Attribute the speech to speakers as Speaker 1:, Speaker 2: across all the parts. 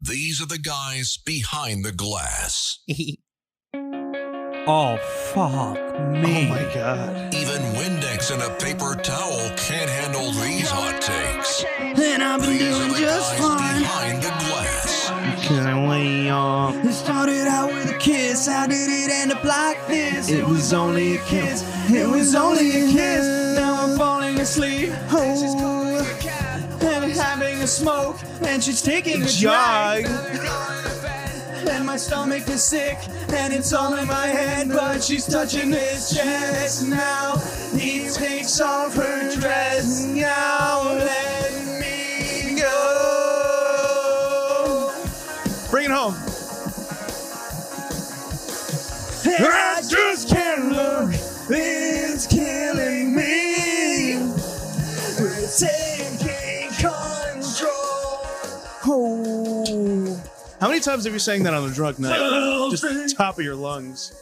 Speaker 1: These are the guys behind the glass.
Speaker 2: oh fuck me!
Speaker 3: Oh my god.
Speaker 1: Even Windex and a paper towel can't handle these hot takes.
Speaker 4: And I've been
Speaker 1: These are
Speaker 4: doing
Speaker 1: the
Speaker 4: just
Speaker 1: guys
Speaker 4: fine.
Speaker 1: behind the glass.
Speaker 3: Can I lay off?
Speaker 4: It started out with a kiss. I did it end up like this.
Speaker 3: It was only a kiss. It was only a kiss.
Speaker 4: Now I'm falling asleep.
Speaker 3: Oh.
Speaker 4: And she's calling a cab. And I'm having a smoke. And she's taking a
Speaker 3: Jog.
Speaker 4: jog. And my stomach is sick. And it's all in my head. But she's touching his chest now. He takes off her dress. Now let me go.
Speaker 3: Bring it home.
Speaker 4: And I just can't look. It's killing me. We're taking control.
Speaker 3: Oh. How many times have you sang that on a drunk night? Just top of your lungs.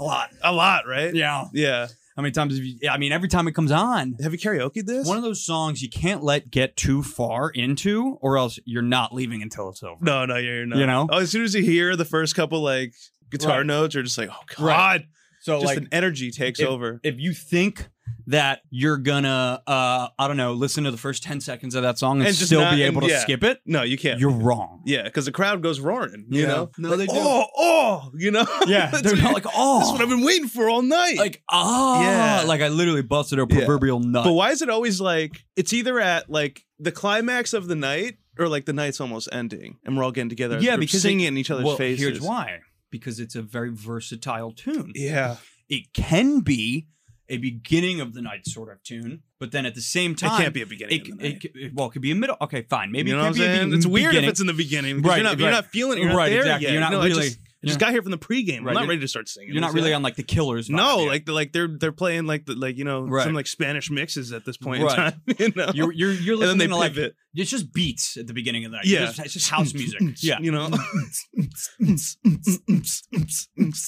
Speaker 2: a lot.
Speaker 3: A lot, right?
Speaker 2: Yeah.
Speaker 3: Yeah.
Speaker 2: How many times have you? I mean, every time it comes on,
Speaker 3: Have you karaoke this?
Speaker 2: one of those songs you can't let get too far into, or else you're not leaving until it's over.
Speaker 3: no, no, you're not.
Speaker 2: You know?
Speaker 3: Oh, as soon as you hear the first couple like guitar
Speaker 2: Right.
Speaker 3: notes, you're just like, oh god.
Speaker 2: Right. So
Speaker 3: Just
Speaker 2: like,
Speaker 3: an energy takes
Speaker 2: if,
Speaker 3: over.
Speaker 2: If you think that you're gonna, uh, I don't know, listen to the first ten seconds of that song and,
Speaker 3: And just
Speaker 2: still
Speaker 3: not-
Speaker 2: be
Speaker 3: and
Speaker 2: able to
Speaker 3: yeah.
Speaker 2: skip it,
Speaker 3: No, you can't.
Speaker 2: you're wrong.
Speaker 3: yeah, because the crowd goes roaring. You
Speaker 2: Yeah.
Speaker 3: know?
Speaker 2: No,
Speaker 3: Like,
Speaker 2: they do.
Speaker 3: Oh, oh, you know?
Speaker 2: Yeah,
Speaker 3: That's
Speaker 2: they're
Speaker 3: what-
Speaker 2: not like oh,
Speaker 3: That's what I've been waiting for all night.
Speaker 2: like uh, ah,
Speaker 3: Yeah.
Speaker 2: like I literally busted a
Speaker 3: Yeah.
Speaker 2: proverbial nut.
Speaker 3: But why is it always like it's either at like the climax of the night or like the night's almost ending and we're all getting together? as a
Speaker 2: yeah,
Speaker 3: group,
Speaker 2: because
Speaker 3: singing
Speaker 2: it-
Speaker 3: in each other's
Speaker 2: well,
Speaker 3: faces.
Speaker 2: Here's why: because it's a very versatile tune.
Speaker 3: Yeah,
Speaker 2: It can be a beginning of the night sort of tune, but then at the same time,
Speaker 3: it can't be a beginning.
Speaker 2: It,
Speaker 3: of the
Speaker 2: it,
Speaker 3: night.
Speaker 2: c- it- well, it could be a middle. Okay, fine. Maybe
Speaker 3: you know
Speaker 2: it
Speaker 3: what
Speaker 2: can
Speaker 3: I'm
Speaker 2: be a
Speaker 3: saying?
Speaker 2: be-
Speaker 3: It's weird
Speaker 2: beginning.
Speaker 3: if it's in the beginning. because
Speaker 2: Right,
Speaker 3: you're not, you're
Speaker 2: right.
Speaker 3: not feeling it. You're
Speaker 2: Right,
Speaker 3: not there
Speaker 2: exactly.
Speaker 3: yet.
Speaker 2: You're not
Speaker 3: no, I
Speaker 2: really-
Speaker 3: just, I just
Speaker 2: yeah.
Speaker 3: got here from the pregame.
Speaker 2: Right,
Speaker 3: I'm not
Speaker 2: you're-
Speaker 3: ready to start singing.
Speaker 2: You're not
Speaker 3: this
Speaker 2: really
Speaker 3: yet.
Speaker 2: on like the killers. vibe
Speaker 3: No,
Speaker 2: yet.
Speaker 3: like the- like they're they're playing like the, like you know
Speaker 2: Right.
Speaker 3: some like Spanish mixes at this point
Speaker 2: Right.
Speaker 3: in time. You
Speaker 2: you're
Speaker 3: know,
Speaker 2: you're you're
Speaker 3: and then
Speaker 2: listening
Speaker 3: they
Speaker 2: to like
Speaker 3: pivot.
Speaker 2: it's just beats at the beginning of the night.
Speaker 3: Yeah.
Speaker 2: it's just, it's just house music. yeah,
Speaker 3: you know,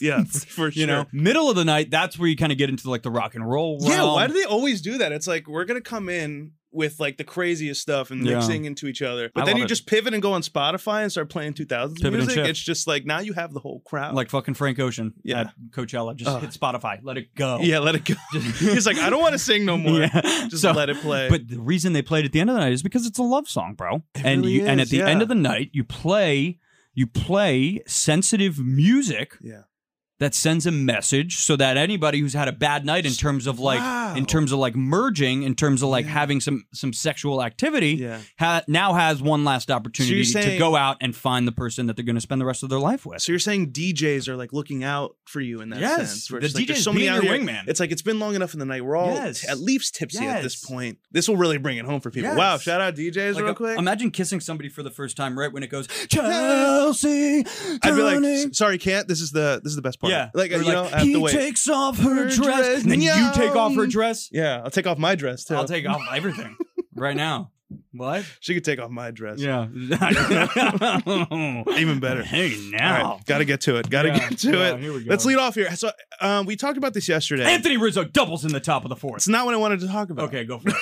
Speaker 3: yeah, for sure.
Speaker 2: you know, middle of the night. That's where you kind of get into like the rock and roll.
Speaker 3: Yeah,
Speaker 2: realm.
Speaker 3: why do they always do that? It's like we're gonna come in with like the craziest stuff and
Speaker 2: Yeah.
Speaker 3: mixing into each other, but
Speaker 2: I
Speaker 3: then
Speaker 2: love
Speaker 3: you
Speaker 2: it.
Speaker 3: just pivot and go on Spotify and start playing 2000s
Speaker 2: Pivot and
Speaker 3: music.
Speaker 2: shift.
Speaker 3: It's just like now you have the whole crowd.
Speaker 2: like fucking Frank Ocean?
Speaker 3: Yeah.
Speaker 2: at Coachella. Just
Speaker 3: Ugh.
Speaker 2: hit Spotify. Let it go.
Speaker 3: yeah, let it go. He's like, I don't want to sing no more.
Speaker 2: oh. Yeah.
Speaker 3: Just
Speaker 2: So-
Speaker 3: let it play.
Speaker 2: But the reason they played at the end of the night is because it's a love song, bro. and
Speaker 3: really
Speaker 2: you and
Speaker 3: is,
Speaker 2: at the
Speaker 3: yeah.
Speaker 2: end of the night, you play you play sensitive music
Speaker 3: yeah,
Speaker 2: that sends a message so that anybody who's had a bad night in terms of like
Speaker 3: Wow.
Speaker 2: in terms of like merging in terms of like
Speaker 3: Yeah.
Speaker 2: having some some sexual activity
Speaker 3: yeah.
Speaker 2: ha- now has one last opportunity to
Speaker 3: saying-
Speaker 2: go out and find the person that they're going to spend the rest of their life with.
Speaker 3: So you're saying DJs are like looking out for you in that
Speaker 2: Yes,
Speaker 3: sense? where
Speaker 2: the
Speaker 3: it's like, there's
Speaker 2: DJs
Speaker 3: so many
Speaker 2: being
Speaker 3: out
Speaker 2: your
Speaker 3: here-
Speaker 2: wingman.
Speaker 3: It's like it's been long enough in the night. We're all
Speaker 2: Yes.
Speaker 3: at least tipsy at this
Speaker 2: Yes.
Speaker 3: point. This will really bring it home for people.
Speaker 2: Yes.
Speaker 3: Wow! Shout out DJs
Speaker 2: Like,
Speaker 3: real
Speaker 2: uh,
Speaker 3: quick.
Speaker 2: Imagine kissing somebody for the first time right when it goes Chelsea.
Speaker 3: I'd be like,
Speaker 2: darling."
Speaker 3: "S- sorry, can't. This is the this is the best part.
Speaker 2: yeah,
Speaker 3: like
Speaker 2: Or
Speaker 3: you know, I have
Speaker 2: he
Speaker 3: to wait.
Speaker 2: takes off her,
Speaker 3: Her
Speaker 2: dress,
Speaker 3: dress,
Speaker 2: and then you
Speaker 3: yum.
Speaker 2: take off her dress.
Speaker 3: yeah, I'll take off my dress too.
Speaker 2: I'll take off everything right now. What?
Speaker 3: she could take off my dress.
Speaker 2: Yeah,
Speaker 3: Even better.
Speaker 2: Hey
Speaker 3: All
Speaker 2: now,
Speaker 3: right, gotta get to it. Gotta
Speaker 2: Yeah,
Speaker 3: get to
Speaker 2: yeah,
Speaker 3: it.
Speaker 2: here we go.
Speaker 3: Let's lead off here. So um, we talked about this yesterday.
Speaker 2: Anthony Rizzo doubles in the top of the
Speaker 3: It's
Speaker 2: fourth.
Speaker 3: not what I wanted to talk about.
Speaker 2: Okay, go for it.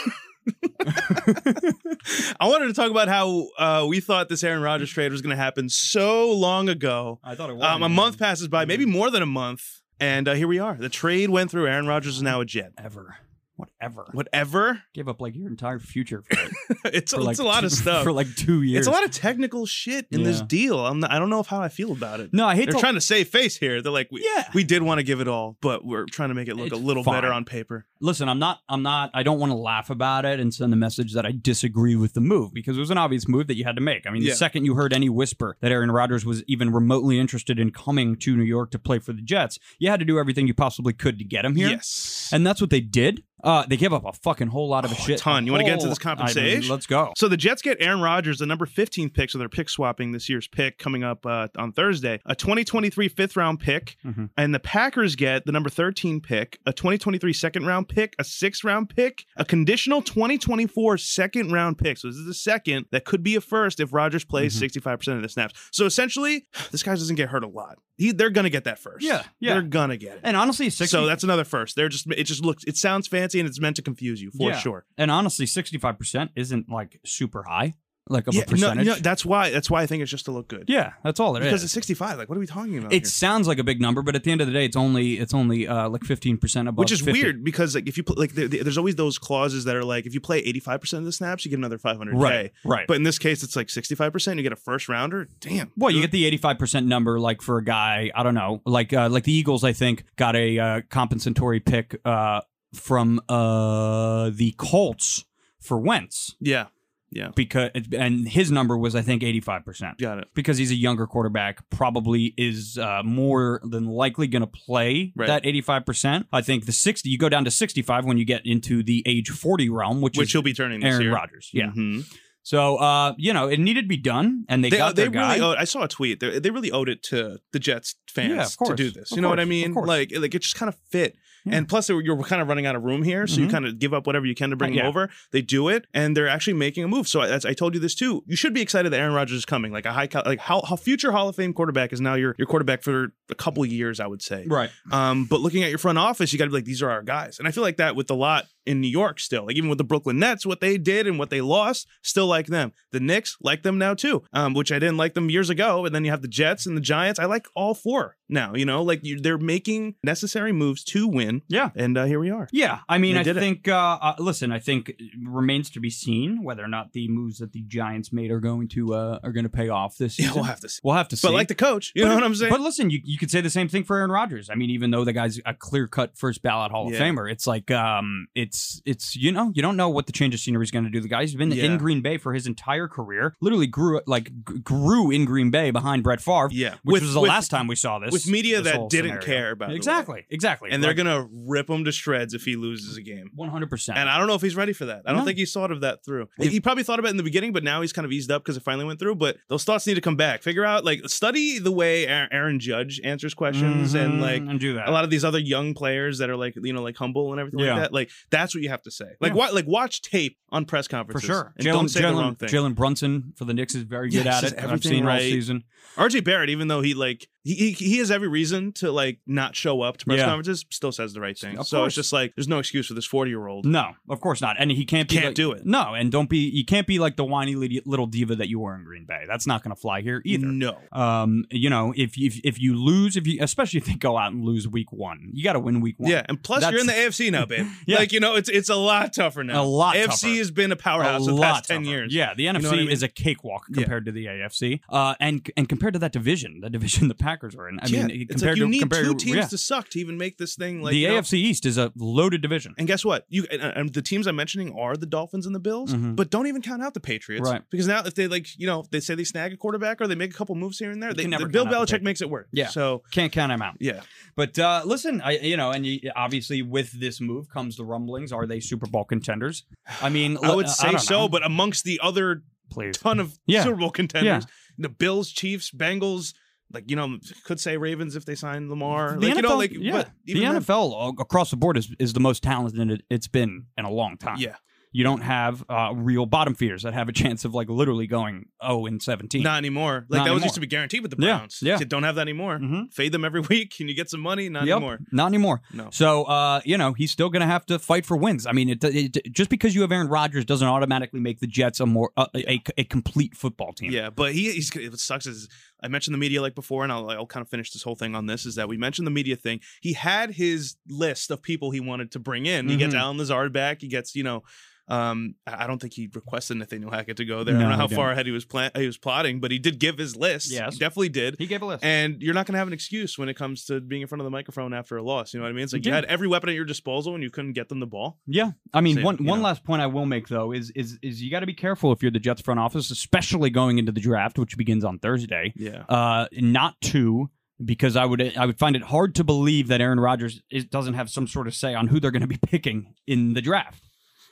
Speaker 3: I wanted to talk about how uh, we thought this Aaron Rodgers trade was going to happen so long ago.
Speaker 2: I thought it was
Speaker 3: Um, a month passes by, maybe more than a month, and uh, here we are. The trade went through. Aaron Rodgers is now a Jet.
Speaker 2: ever, whatever.
Speaker 3: Whatever.
Speaker 2: Give up like your entire future for, it.
Speaker 3: it's
Speaker 2: For,
Speaker 3: it's
Speaker 2: like
Speaker 3: a lot
Speaker 2: two,
Speaker 3: of stuff.
Speaker 2: for like two years.
Speaker 3: It's a lot of technical shit in this
Speaker 2: Yeah.
Speaker 3: deal. I'm not, I don't know if how I feel about it.
Speaker 2: No, I hate
Speaker 3: They're
Speaker 2: to.
Speaker 3: trying to save face here. They're like, we,
Speaker 2: Yeah.
Speaker 3: we did want to give it all, but we're trying to make it look
Speaker 2: It's
Speaker 3: a little
Speaker 2: fine.
Speaker 3: better on paper.
Speaker 2: listen, I'm not, I'm not, I don't want to laugh about it and send the message that I disagree with the move because it was an obvious move that you had to make. I mean,
Speaker 3: Yeah.
Speaker 2: the second you heard any whisper that Aaron Rodgers was even remotely interested in coming to New York to play for the Jets, you had to do everything you possibly could to get him here.
Speaker 3: Yes.
Speaker 2: And that's what they did. Uh, they gave up a fucking whole lot of
Speaker 3: Oh, a
Speaker 2: shit.
Speaker 3: ton. You wanna get into
Speaker 2: whole-
Speaker 3: this
Speaker 2: I mean,
Speaker 3: compensation?
Speaker 2: let's go.
Speaker 3: So the Jets get Aaron Rodgers, the number 15 pick, so they're pick swapping this year's pick coming up uh, on Thursday, a 2023 fifth round pick,
Speaker 2: Mhm.
Speaker 3: and the Packers get the number 13 pick, a 2023 second round pick, a sixth round pick, a conditional 2024 second round pick. So this is the second that could be a first if Rodgers plays
Speaker 2: Mm-hmm.
Speaker 3: 65% of the snaps. So essentially, this guy doesn't get hurt a lot. He, they're gonna get that first.
Speaker 2: Yeah, yeah.
Speaker 3: They're gonna get it.
Speaker 2: And honestly, 60,
Speaker 3: so that's another first. They're just it just looks it sounds fancy and it's meant to confuse you for
Speaker 2: Yeah.
Speaker 3: sure.
Speaker 2: And honestly, 65% isn't like super high, like of
Speaker 3: Yeah,
Speaker 2: a
Speaker 3: no,
Speaker 2: percentage.
Speaker 3: no, that's why that's why I think it's just to look good.
Speaker 2: yeah, that's all it is.
Speaker 3: because it's 65 like what are we talking about
Speaker 2: It
Speaker 3: here?
Speaker 2: sounds like a big number, but at the end of the day, it's only it's only uh, like fifteen percent above.
Speaker 3: which is
Speaker 2: 50.
Speaker 3: weird because like if you pl- like there, there's always those clauses that are like if you play 85% of the snaps you get another 500
Speaker 2: right? Right.
Speaker 3: but in this case it's like 65% you get a first rounder damn
Speaker 2: well, you get the eighty-five percent number, like for a guy. I don't know, like uh, like the Eagles. I think got a uh, compensatory pick uh, from uh, the Colts for Wentz
Speaker 3: yeah yeah
Speaker 2: because and his number was I think eighty-five percent.
Speaker 3: got it
Speaker 2: because he's a younger quarterback, probably is uh, more than likely going to play
Speaker 3: Right.
Speaker 2: that 85%. I think the 60, you go down to 65 when you get into the age 40 realm, which,
Speaker 3: which
Speaker 2: is
Speaker 3: he'll be turning this
Speaker 2: Aaron
Speaker 3: year
Speaker 2: Rodgers. Yeah.
Speaker 3: Mhm.
Speaker 2: Mm-hmm. So, uh, you know, it needed to be done, and they,
Speaker 3: they, uh,
Speaker 2: got
Speaker 3: they
Speaker 2: their guy.
Speaker 3: really owed, I saw a tweet they, they really owed it to the Jets fans
Speaker 2: Yeah, of
Speaker 3: to
Speaker 2: course.
Speaker 3: do this you
Speaker 2: Of
Speaker 3: know what I
Speaker 2: course. Of
Speaker 3: mean
Speaker 2: course.
Speaker 3: like like it just kind of fit
Speaker 2: Yeah.
Speaker 3: and plus they were, you're kind of running out of room here so you
Speaker 2: Mhm.
Speaker 3: kind of give up whatever you can to bring
Speaker 2: Uh, yeah.
Speaker 3: him over they do it and they're actually making a move so I, that's, I told you this too you should be excited that Aaron Rodgers is coming like a high co- like how, how future Hall of Fame quarterback is now your your quarterback for a couple years I would say
Speaker 2: right.
Speaker 3: um, but looking at your front office, you got to be like, these are our guys. And I feel like that with the lot in New York still. Like even with the Brooklyn Nets, what they did and what they lost, still like them. The Knicks like them now too, um, which I didn't like them years ago. And then you have the Jets and the Giants. I like all four now. You know, like you, they're making necessary moves to win.
Speaker 2: Yeah.
Speaker 3: And uh, here we are.
Speaker 2: Yeah. I mean,
Speaker 3: They
Speaker 2: I
Speaker 3: did it.
Speaker 2: think, uh, uh, listen, I think it remains to be seen whether or not the moves that the Giants made are going to uh, are going to pay off this
Speaker 3: Yeah,
Speaker 2: season.
Speaker 3: we'll have to see.
Speaker 2: We'll have to see.
Speaker 3: But like the coach, you
Speaker 2: But-
Speaker 3: know what I'm saying?
Speaker 2: But listen, you, you could say the same thing for Aaron Rodgers. I mean, even though the guy's a clear cut first ballot Hall
Speaker 3: Yeah.
Speaker 2: of Famer, it's like um, it's it's you know you don't know what the change of scenery is going to do. The guy's been
Speaker 3: Yeah.
Speaker 2: in Green Bay for his entire career. Literally grew like g- grew in Green Bay behind Brett Favre.
Speaker 3: Yeah.
Speaker 2: which
Speaker 3: With-
Speaker 2: was the
Speaker 3: with-
Speaker 2: last time we saw this
Speaker 3: with media
Speaker 2: this
Speaker 3: that
Speaker 2: whole
Speaker 3: didn't
Speaker 2: scenario.
Speaker 3: care about
Speaker 2: exactly exactly,
Speaker 3: and they're gonna rip him to shreds if he loses a game.
Speaker 2: one hundred percent.
Speaker 3: And I don't know if he's ready for that. I don't
Speaker 2: No.
Speaker 3: think he's thought of that through.
Speaker 2: If-
Speaker 3: he probably thought about it in the beginning, but now he's kind of eased up because it finally went through. But those thoughts need to come back. Figure out, like, study the way Aaron Aaron Judge answers questions and, like,
Speaker 2: Mm-hmm. and do that
Speaker 3: a lot of these other young players that are like you know like humble and everything
Speaker 2: Yeah.
Speaker 3: like that like that's what you have to say like
Speaker 2: Yeah.
Speaker 3: wa- like watch tape on press
Speaker 2: for
Speaker 3: conferences
Speaker 2: sure.
Speaker 3: and don't say the wrong
Speaker 2: Jalen
Speaker 3: thing
Speaker 2: Jalen Brunson for the Knicks is very good
Speaker 3: Yeah,
Speaker 2: at
Speaker 3: says
Speaker 2: it. I've
Speaker 3: everything
Speaker 2: seen all
Speaker 3: right.
Speaker 2: season.
Speaker 3: RJ Barrett even though he like he, he he has every reason to like not show up to press
Speaker 2: Yeah.
Speaker 3: conferences still says the right thing
Speaker 2: Of
Speaker 3: so
Speaker 2: course.
Speaker 3: it's just like there's no excuse for this 40 year old
Speaker 2: No, of course not. And he can't be
Speaker 3: Can't
Speaker 2: like-
Speaker 3: do it.
Speaker 2: No, and don't be. You can't be like the whiny lady- little diva that you were in Green Bay. That's not going to fly here either.
Speaker 3: no
Speaker 2: Um, you know, if you if you lose, if you especially if they go out and lose week one, you got to win week one.
Speaker 3: Yeah, and plus you're in the AFC now, babe.
Speaker 2: Yeah.
Speaker 3: Like you know, it's it's a lot tougher now.
Speaker 2: A lot
Speaker 3: AFC
Speaker 2: tougher.
Speaker 3: has been a
Speaker 2: a
Speaker 3: powerhouse for the
Speaker 2: lot
Speaker 3: past ten
Speaker 2: tougher.
Speaker 3: years.
Speaker 2: Yeah, the NFC
Speaker 3: what I mean?
Speaker 2: is a cakewalk
Speaker 3: Yeah.
Speaker 2: compared to the AFC, uh, and and compared to that division, the division the Packers are in. I
Speaker 3: Yeah,
Speaker 2: mean,
Speaker 3: it's
Speaker 2: compared
Speaker 3: like you
Speaker 2: to
Speaker 3: need
Speaker 2: compared
Speaker 3: two
Speaker 2: to,
Speaker 3: teams
Speaker 2: yeah.
Speaker 3: to suck to even make this thing. Like
Speaker 2: the
Speaker 3: you know-
Speaker 2: AFC East is a loaded division.
Speaker 3: And guess what? You and, uh, and the teams I'm mentioning are the Dolphins and the Bills,
Speaker 2: Mhm.
Speaker 3: but don't even count out the Patriots,
Speaker 2: Right.
Speaker 3: Because now if they like, you know, if they say they snag a quarterback or they make a couple moves here and there,
Speaker 2: You
Speaker 3: they,
Speaker 2: can never
Speaker 3: Bill
Speaker 2: count out the
Speaker 3: Belichick makes it work.
Speaker 2: Yeah.
Speaker 3: So
Speaker 2: Can't count him out.
Speaker 3: yeah,
Speaker 2: But uh, listen, I you know, and you, obviously with this move comes the rumblings. Are they Super Bowl contenders? I mean,
Speaker 3: I would
Speaker 2: uh,
Speaker 3: say
Speaker 2: don't
Speaker 3: so,
Speaker 2: know.
Speaker 3: but amongst the other
Speaker 2: please,
Speaker 3: ton of
Speaker 2: Yeah.
Speaker 3: Super Bowl contenders, the Bills, Chiefs, Bengals. Like you know, could say Ravens if they sign Lamar.
Speaker 2: the
Speaker 3: like,
Speaker 2: NFL,
Speaker 3: you know, like
Speaker 2: yeah,
Speaker 3: but
Speaker 2: the
Speaker 3: even then-
Speaker 2: NFL all- across the board is is the most talented it, it's been in a long time.
Speaker 3: Yeah.
Speaker 2: you don't have uh, real bottom feeders that have a chance of like literally going oh and seventeen.
Speaker 3: Not anymore. Like
Speaker 2: Not
Speaker 3: that was
Speaker 2: anymore.
Speaker 3: used to be guaranteed with the
Speaker 2: Yeah,
Speaker 3: Browns.
Speaker 2: yeah.
Speaker 3: You don't have that anymore.
Speaker 2: Mhm.
Speaker 3: Fade them every week and you get some money. Not
Speaker 2: Yep,
Speaker 3: anymore.
Speaker 2: Not anymore.
Speaker 3: No.
Speaker 2: So, uh, you know, he's still going to have to fight for wins. I mean, it, it, just because you have Aaron Rodgers doesn't automatically make the Jets a more a, a, a complete football team.
Speaker 3: Yeah, but he he's, what sucks is I mentioned the media like before, and I'll, I'll kind of finish this whole thing on this is that we mentioned the media thing. He had his list of people he wanted to bring in. He gets
Speaker 2: Mhm.
Speaker 3: Alan Lazard back. He gets you know Um, I I don't think he requested Nathaniel Hackett to go there. I
Speaker 2: No,
Speaker 3: don't know
Speaker 2: he
Speaker 3: how
Speaker 2: didn't.
Speaker 3: far ahead he was plan- he was plotting, but he did give his list.
Speaker 2: Yes.
Speaker 3: He definitely did.
Speaker 2: He gave a list.
Speaker 3: And you're not going to have an excuse when it comes to being in front of the microphone after a loss. You know what I mean? It's like you
Speaker 2: Yeah.
Speaker 3: had every weapon at your disposal and you couldn't get them the ball.
Speaker 2: Yeah, I mean
Speaker 3: So,
Speaker 2: one
Speaker 3: you
Speaker 2: one
Speaker 3: know.
Speaker 2: last point I will make though is is is you got to be careful if you're the Jets front office, especially going into the draft, which begins on Thursday.
Speaker 3: Yeah.
Speaker 2: Uh, not to because I would I would find it hard to believe that Aaron Rodgers is, doesn't have some sort of say on who they're going to be picking in the draft,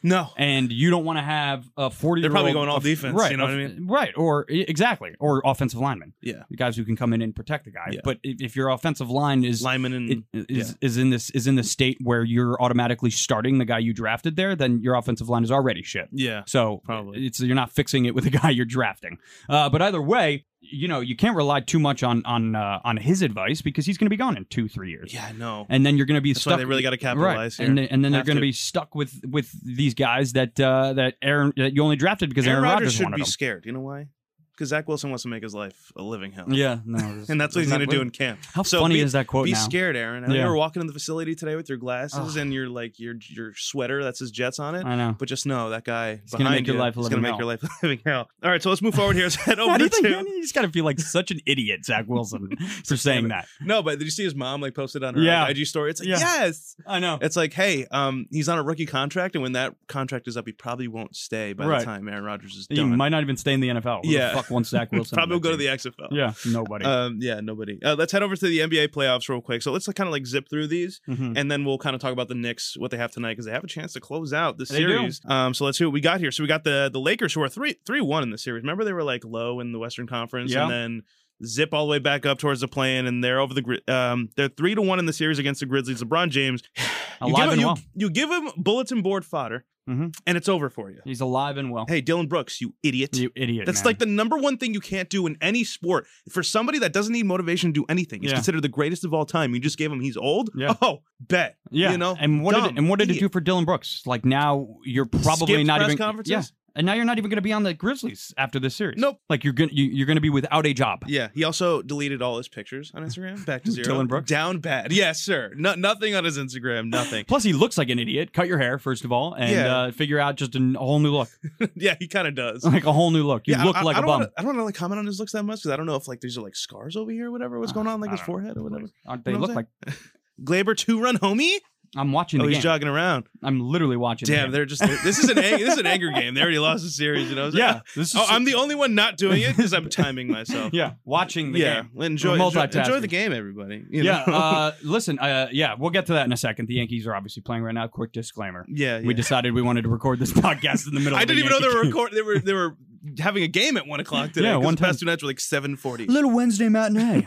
Speaker 3: No.
Speaker 2: and you don't want to have a forty.
Speaker 3: They're probably going all defense,
Speaker 2: right?
Speaker 3: you know
Speaker 2: a-
Speaker 3: what I mean?
Speaker 2: Right, or e, exactly, or offensive linemen,
Speaker 3: Yeah.
Speaker 2: the guys who can come in and protect the guy.
Speaker 3: Yeah.
Speaker 2: But if, if your offensive line is
Speaker 3: Lyman and
Speaker 2: it- is is in this is in the state where you're automatically starting the guy you drafted there, then your offensive line is already shit.
Speaker 3: yeah.
Speaker 2: So
Speaker 3: Probably.
Speaker 2: it's you're not fixing it with the guy you're drafting. Uh, but either way, you know you can't rely too much on on uh, on his advice because he's going to be gone in two three years.
Speaker 3: Yeah, no.
Speaker 2: And then you're going to be
Speaker 3: That's why
Speaker 2: stuck.
Speaker 3: they really gotta
Speaker 2: right.
Speaker 3: capitalize here.
Speaker 2: And, then- and then they're
Speaker 3: Have
Speaker 2: going to
Speaker 3: to.
Speaker 2: be stuck with with these guys that uh, that Aaron that you only drafted because Aaron,
Speaker 3: Aaron Rodgers should
Speaker 2: wanted
Speaker 3: be
Speaker 2: them.
Speaker 3: scared. You know why? Because Zach Wilson wants to make his life a living hell.
Speaker 2: Yeah, no, there's-
Speaker 3: And that's what
Speaker 2: there's
Speaker 3: he's going to
Speaker 2: not-
Speaker 3: do in camp.
Speaker 2: How
Speaker 3: So
Speaker 2: funny
Speaker 3: be-
Speaker 2: is that quote
Speaker 3: Be
Speaker 2: now?
Speaker 3: scared, Aaron. I know
Speaker 2: Yeah.
Speaker 3: you were walking in the facility today with your glasses
Speaker 2: Ugh.
Speaker 3: and your like your your sweater that says Jets on it.
Speaker 2: I know.
Speaker 3: But just know that guy
Speaker 2: gonna
Speaker 3: behind
Speaker 2: make your
Speaker 3: you
Speaker 2: life a
Speaker 3: is
Speaker 2: living
Speaker 3: gonna make
Speaker 2: hell.
Speaker 3: your life a living hell. All right, so let's move forward here. Let's head
Speaker 2: How
Speaker 3: over
Speaker 2: do you
Speaker 3: to
Speaker 2: think he's got to feel like such an idiot, Zach Wilson, for saying that?
Speaker 3: no, but did you see his mom like posted on her
Speaker 2: Yeah.
Speaker 3: IG story? It's like
Speaker 2: Yeah.
Speaker 3: yes.
Speaker 2: I know.
Speaker 3: It's like hey, um, he's on a rookie contract, and when that contract is up, he probably won't stay by
Speaker 2: Right.
Speaker 3: the time Aaron Rodgers is
Speaker 2: He
Speaker 3: done.
Speaker 2: might not even stay in the NFL. Who
Speaker 3: Yeah.
Speaker 2: The fuck wants Zach Wilson? on
Speaker 3: probably will
Speaker 2: that
Speaker 3: go to the
Speaker 2: team?
Speaker 3: XFL.
Speaker 2: Yeah. Nobody.
Speaker 3: Um, yeah, nobody. Uh, let's head over to the NBA playoffs real quick. So let's kind of like zip through these,
Speaker 2: Mhm.
Speaker 3: and then we'll kind of talk about the Knicks, what they have tonight, because they have a chance to close out the
Speaker 2: They do.
Speaker 3: series. Um, so let's see what we got here. So we got the the Lakers who are three three one in the series. Remember they were like low in the Western Conference,
Speaker 2: Yeah.
Speaker 3: and then zip all the way back up towards the plan, and they're over the Gri- um they're three to one in the series against the Grizzlies. LeBron James, you
Speaker 2: Alive
Speaker 3: give, him-
Speaker 2: and
Speaker 3: you,
Speaker 2: well.
Speaker 3: you give him bulletin board fodder,
Speaker 2: Mhm.
Speaker 3: and it's over for you.
Speaker 2: He's alive and well.
Speaker 3: Hey, Dylan Brooks, you idiot.
Speaker 2: you idiot.
Speaker 3: That's
Speaker 2: man.
Speaker 3: like the number one thing you can't do in any sport. For somebody that doesn't need motivation to do anything, it's
Speaker 2: Yeah.
Speaker 3: considered the greatest of all time. You just gave him he's old.
Speaker 2: Yeah.
Speaker 3: Oh, bet.
Speaker 2: yeah.
Speaker 3: You know,
Speaker 2: and what did
Speaker 3: dumb
Speaker 2: it, and what did it do
Speaker 3: idiot.
Speaker 2: for Dylan Brooks? Like now you're probably
Speaker 3: Skipped
Speaker 2: not
Speaker 3: press
Speaker 2: even
Speaker 3: conferences?
Speaker 2: Yeah. And now you're not even going to be on the Grizzlies after this series.
Speaker 3: Nope.
Speaker 2: Like you're gonna you, you're going to be without a job.
Speaker 3: Yeah. He also deleted all his pictures on Instagram. Back to zero.
Speaker 2: Dylan Brooks?
Speaker 3: Down bad. Yes, sir. No, nothing on his Instagram. Nothing.
Speaker 2: Plus, he looks like an idiot. Cut your hair first of all, and
Speaker 3: Yeah.
Speaker 2: uh, figure out just an- a whole new look,
Speaker 3: yeah, he kind of does.
Speaker 2: like a whole new look. You
Speaker 3: yeah,
Speaker 2: look
Speaker 3: I, I-
Speaker 2: like
Speaker 3: I
Speaker 2: a
Speaker 3: don't
Speaker 2: bum.
Speaker 3: Wanna, I don't want to like comment on his looks that much because I don't know if like these are like scars over here or whatever. What's going on like
Speaker 2: Ah, I
Speaker 3: his
Speaker 2: don't know.
Speaker 3: forehead or whatever.
Speaker 2: Aren't they
Speaker 3: You know
Speaker 2: look
Speaker 3: what I'm
Speaker 2: like
Speaker 3: Glaber two run homie.
Speaker 2: I'm watching
Speaker 3: Oh,
Speaker 2: the
Speaker 3: he's
Speaker 2: game.
Speaker 3: jogging around.
Speaker 2: I'm literally watching. the
Speaker 3: Damn,
Speaker 2: game.
Speaker 3: they're just. This is an ang- this is an anger game. They already lost the series. You know. It's like,
Speaker 2: yeah. This is
Speaker 3: Oh, I'm the only one not doing it because I'm timing myself.
Speaker 2: yeah watching the
Speaker 3: yeah.
Speaker 2: game.
Speaker 3: Enjoy,
Speaker 2: We're
Speaker 3: enjoy,
Speaker 2: multitasking.
Speaker 3: enjoy the game, everybody. you
Speaker 2: yeah.
Speaker 3: know?
Speaker 2: Uh, listen. Uh, yeah, we'll get to that in a second. The Yankees are obviously playing right now. Quick disclaimer:
Speaker 3: yeah, yeah.
Speaker 2: We decided we wanted to record this podcast in the middle.
Speaker 3: I
Speaker 2: of the
Speaker 3: didn't even know they
Speaker 2: Yankee
Speaker 3: were
Speaker 2: game.
Speaker 3: record. They were they were having a game at one o'clock today.
Speaker 2: Yeah,
Speaker 3: 'cause
Speaker 2: one
Speaker 3: the past two nights were like seven forty.
Speaker 2: A little Wednesday matinee.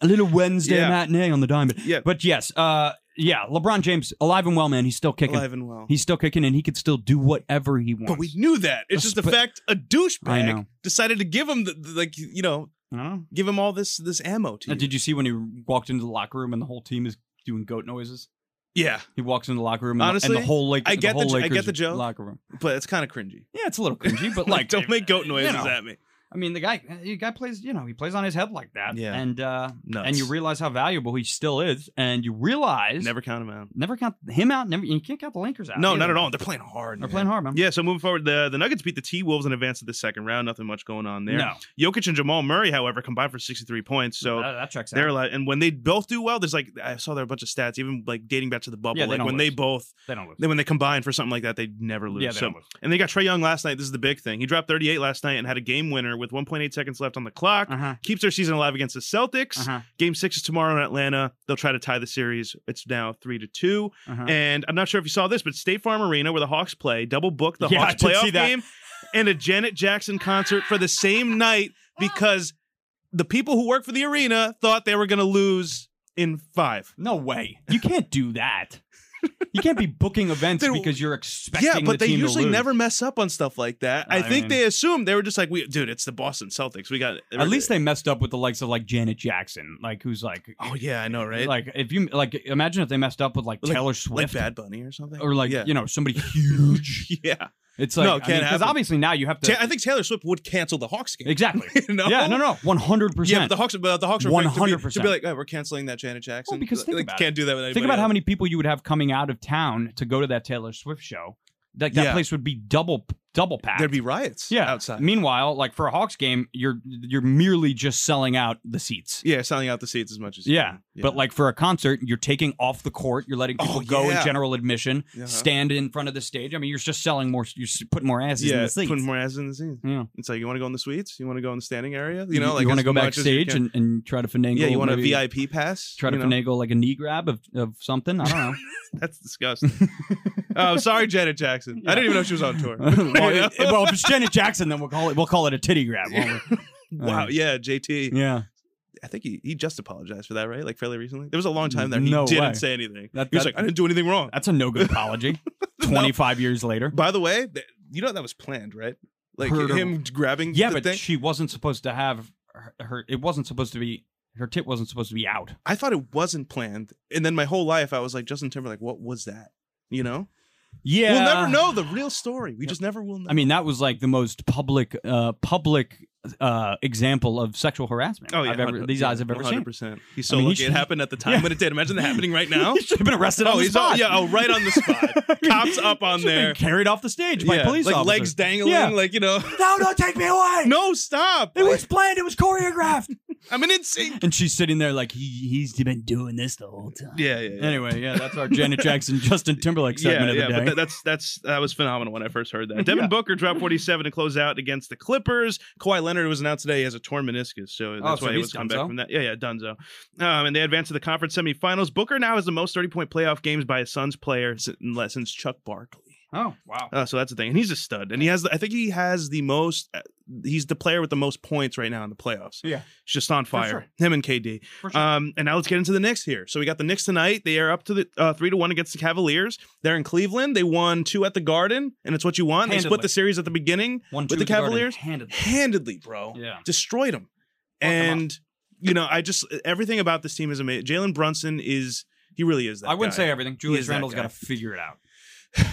Speaker 2: a little Wednesday
Speaker 3: Yeah.
Speaker 2: matinee on the diamond.
Speaker 3: Yeah.
Speaker 2: But yes. Uh, yeah. LeBron James alive and well, man. He's still kicking.
Speaker 3: Alive and well.
Speaker 2: He's still kicking, and he could still do whatever he wants.
Speaker 3: but we knew that. It's just the
Speaker 2: But-
Speaker 3: fact a
Speaker 2: I know.
Speaker 3: douchebag decided to give him the, the like you know
Speaker 2: I don't know.
Speaker 3: give him all this this ammo to.
Speaker 2: Uh,
Speaker 3: you.
Speaker 2: Did you see when he walked into the locker room and the whole team is doing goat noises?
Speaker 3: yeah,
Speaker 2: He walks into the locker room and,
Speaker 3: Honestly,
Speaker 2: and the whole Lake.
Speaker 3: I
Speaker 2: the,
Speaker 3: get
Speaker 2: whole
Speaker 3: the jo- I
Speaker 2: Lakers
Speaker 3: get the joke.
Speaker 2: Locker room.
Speaker 3: but it's kind of cringy.
Speaker 2: Yeah, it's a little cringy, but
Speaker 3: Like,
Speaker 2: like,
Speaker 3: don't make goat
Speaker 2: you
Speaker 3: noises
Speaker 2: know.
Speaker 3: at me.
Speaker 2: I mean, the guy, the guy plays, you know, he plays on his head like that.
Speaker 3: Yeah.
Speaker 2: And uh,
Speaker 3: Nuts.
Speaker 2: and you realize how valuable he still is, and you realize
Speaker 3: Never count him out.
Speaker 2: never count him out. Never, you can't count the Lakers out.
Speaker 3: No,
Speaker 2: either.
Speaker 3: not at all. They're playing hard.
Speaker 2: They're
Speaker 3: man.
Speaker 2: playing hard, man.
Speaker 3: Yeah, so moving forward, the, the Nuggets beat the T Wolves in advance of the second round. Nothing much going on there.
Speaker 2: No.
Speaker 3: Jokic and Jamal Murray, however, combined for 63 points. So
Speaker 2: that, that checks out.
Speaker 3: they're like, and when they both do well, there's like, I saw there are a bunch of stats, even like dating back to the bubble.
Speaker 2: Yeah, they
Speaker 3: like
Speaker 2: don't
Speaker 3: when they
Speaker 2: lose.
Speaker 3: both,
Speaker 2: they don't lose.
Speaker 3: then when they combine for something like that, they never lose.
Speaker 2: Yeah, they
Speaker 3: so,
Speaker 2: don't lose.
Speaker 3: and they got Trey Young last night. This is the big thing. He dropped 38 last night and had a game winner with 1.8 seconds left on the clock.
Speaker 2: Uh-huh.
Speaker 3: Keeps their season alive against the Celtics.
Speaker 2: Uh-huh.
Speaker 3: Game six is tomorrow in Atlanta. They'll try to tie the series. It's now three to 2
Speaker 2: Uh-huh.
Speaker 3: And I'm not sure if you saw this, but State Farm Arena, where the Hawks play, double booked the
Speaker 2: Yeah, I
Speaker 3: Hawks
Speaker 2: did
Speaker 3: playoff
Speaker 2: see that.
Speaker 3: game and a Janet Jackson concert for the same night because the people who work for the arena thought they were going to lose in five.
Speaker 2: No way. You can't do that. you can't be booking events
Speaker 3: They're-
Speaker 2: because you're expecting.
Speaker 3: Yeah, but
Speaker 2: the
Speaker 3: they
Speaker 2: team to
Speaker 3: usually
Speaker 2: lose.
Speaker 3: never mess up on stuff like that. I,
Speaker 2: I
Speaker 3: think
Speaker 2: mean-
Speaker 3: they assumed they were just like, "We, dude, it's the Boston Celtics. We got
Speaker 2: At least they messed up with the likes of like Janet Jackson, like who's like,
Speaker 3: Oh yeah, I know, right?
Speaker 2: like if you like imagine if they messed up with like,
Speaker 3: Like-
Speaker 2: Taylor
Speaker 3: like
Speaker 2: Swift
Speaker 3: Bad Bunny or something,
Speaker 2: or like
Speaker 3: yeah.
Speaker 2: you know somebody huge.
Speaker 3: yeah.
Speaker 2: It's like
Speaker 3: No, it
Speaker 2: I
Speaker 3: can't
Speaker 2: mean, 'cause
Speaker 3: happen.
Speaker 2: obviously now you have to.
Speaker 3: Ta- I think Taylor Swift would cancel the Hawks game.
Speaker 2: Exactly.
Speaker 3: You know?
Speaker 2: Yeah, no, no, one hundred
Speaker 3: Yeah, but
Speaker 2: percent.
Speaker 3: the Hawks, but the Hawks are to be,
Speaker 2: 100%.
Speaker 3: to be like, oh, we're canceling that Janet Jackson.
Speaker 2: because think
Speaker 3: Like,
Speaker 2: about
Speaker 3: can't do that with anybody.
Speaker 2: Think about
Speaker 3: else.
Speaker 2: how many people you would have coming out of town to go to that Taylor Swift show Like that
Speaker 3: Yeah.
Speaker 2: place would be double double packed.
Speaker 3: There'd be riots
Speaker 2: yeah.
Speaker 3: outside.
Speaker 2: Meanwhile, like for a Hawks game, you're you're merely just selling out the seats.
Speaker 3: yeah, selling out the seats as much as you
Speaker 2: Yeah.
Speaker 3: can.
Speaker 2: But like for a concert, you're taking off the court, you're letting people
Speaker 3: Oh,
Speaker 2: go
Speaker 3: yeah. Uh-huh.
Speaker 2: in general admission,
Speaker 3: Yeah.
Speaker 2: stand in front of the stage. I mean, you're just selling more, you're s- putting more asses in
Speaker 3: yeah,
Speaker 2: the seats.
Speaker 3: putting more asses in the seats.
Speaker 2: yeah.
Speaker 3: It's like you want to go in the suites, you want to go in the standing area, you know, like
Speaker 2: you want to
Speaker 3: as
Speaker 2: go
Speaker 3: much as you
Speaker 2: backstage
Speaker 3: can.
Speaker 2: and, and try to finagle.
Speaker 3: yeah, you want a
Speaker 2: maybe-
Speaker 3: VIP pass.
Speaker 2: Try to
Speaker 3: you know?
Speaker 2: finagle like a knee grab of, of something. I don't know.
Speaker 3: That's disgusting. oh, sorry, Janet Jackson. I didn't even know she was on tour. You
Speaker 2: well,
Speaker 3: know?
Speaker 2: it- well, if it's Janet Jackson, then we'll call it we'll call it a titty grab. won't we?
Speaker 3: wow.
Speaker 2: Uh,
Speaker 3: Yeah, JT.
Speaker 2: yeah.
Speaker 3: I think he, he just apologized for that, right? Like fairly recently. There was a long time there.
Speaker 2: No
Speaker 3: he didn't
Speaker 2: way.
Speaker 3: say anything.
Speaker 2: That-
Speaker 3: he was
Speaker 2: that-
Speaker 3: like, I didn't do anything wrong.
Speaker 2: That's a no good apology. Twenty five years later.
Speaker 3: By the way, th- you know that was planned, right? Like
Speaker 2: Heard of-
Speaker 3: him grabbing.
Speaker 2: Yeah,
Speaker 3: the
Speaker 2: but
Speaker 3: thing?
Speaker 2: she wasn't supposed to have her, her. It wasn't supposed to be her tit wasn't supposed to be out.
Speaker 3: I thought it wasn't planned, and then my whole life I was like Justin Timberlake. What was that? You know,
Speaker 2: Yeah,
Speaker 3: we'll never know the real story. We just never will know.
Speaker 2: I mean, that was like the most public, uh, public uh, example of sexual harassment.
Speaker 3: oh yeah,
Speaker 2: I've ever, these eyes have ever seen.
Speaker 3: percent. He's
Speaker 2: I
Speaker 3: so
Speaker 2: mean, he
Speaker 3: lucky it
Speaker 2: should-
Speaker 3: happened at the time
Speaker 2: Yeah.
Speaker 3: when it did. Imagine that happening right now.
Speaker 2: He should have been arrested on
Speaker 3: oh,
Speaker 2: the
Speaker 3: he's
Speaker 2: spot.
Speaker 3: on, yeah, oh, right on the spot. Cops up on
Speaker 2: Should have been
Speaker 3: there.
Speaker 2: carried off the stage by
Speaker 3: Yeah,
Speaker 2: police
Speaker 3: like
Speaker 2: officers.
Speaker 3: legs dangling,
Speaker 2: Yeah.
Speaker 3: like you know.
Speaker 2: No, no, take me away.
Speaker 3: no, stop!
Speaker 2: it was planned. It was choreographed.
Speaker 3: I'm an insane.
Speaker 2: and she's sitting there like he, he's been doing this the whole time.
Speaker 3: Yeah, yeah, yeah.
Speaker 2: Anyway, yeah, that's our Janet Jackson, Justin Timberlake segment
Speaker 3: yeah,
Speaker 2: of the
Speaker 3: yeah,
Speaker 2: day.
Speaker 3: But that, that's that's that was phenomenal when I first heard that. Devin Booker dropped 47 to close out against the Clippers. Kawhi Leonard was announced today as a torn meniscus, so that's
Speaker 2: Oh, so
Speaker 3: why he
Speaker 2: he's
Speaker 3: was coming back
Speaker 2: donezo.
Speaker 3: from that. Yeah, yeah, Dunzo. Um, and they advanced to the conference semifinals. Booker now has the most 30 point playoff games by a Suns player since, since Chuck Barkley.
Speaker 2: oh wow.
Speaker 3: Uh, so that's the thing, and he's a stud, and he has. the- I think he has the most. uh, He's the player with the most points right now in the playoffs.
Speaker 2: Yeah.
Speaker 3: He's just on fire.
Speaker 2: sure.
Speaker 3: Him and KD.
Speaker 2: For sure.
Speaker 3: Um, and now let's get into the Knicks here. So we got the Knicks tonight. They are up to the uh, three to one against the Cavaliers. They're in Cleveland. They won two at the Garden, and it's what you want. They split
Speaker 2: Handedly.
Speaker 3: the series at the beginning
Speaker 2: One, two
Speaker 3: with the
Speaker 2: at the Garden,
Speaker 3: Cavaliers
Speaker 2: handedly.
Speaker 3: handedly, bro.
Speaker 2: Yeah.
Speaker 3: destroyed them,
Speaker 2: them
Speaker 3: and you know I just everything about this team is amazing. Jalen Brunson is he really is that.
Speaker 2: I wouldn't
Speaker 3: guy.
Speaker 2: say everything.
Speaker 3: is
Speaker 2: Julius
Speaker 3: that
Speaker 2: Randle's
Speaker 3: guy.
Speaker 2: got to figure it out.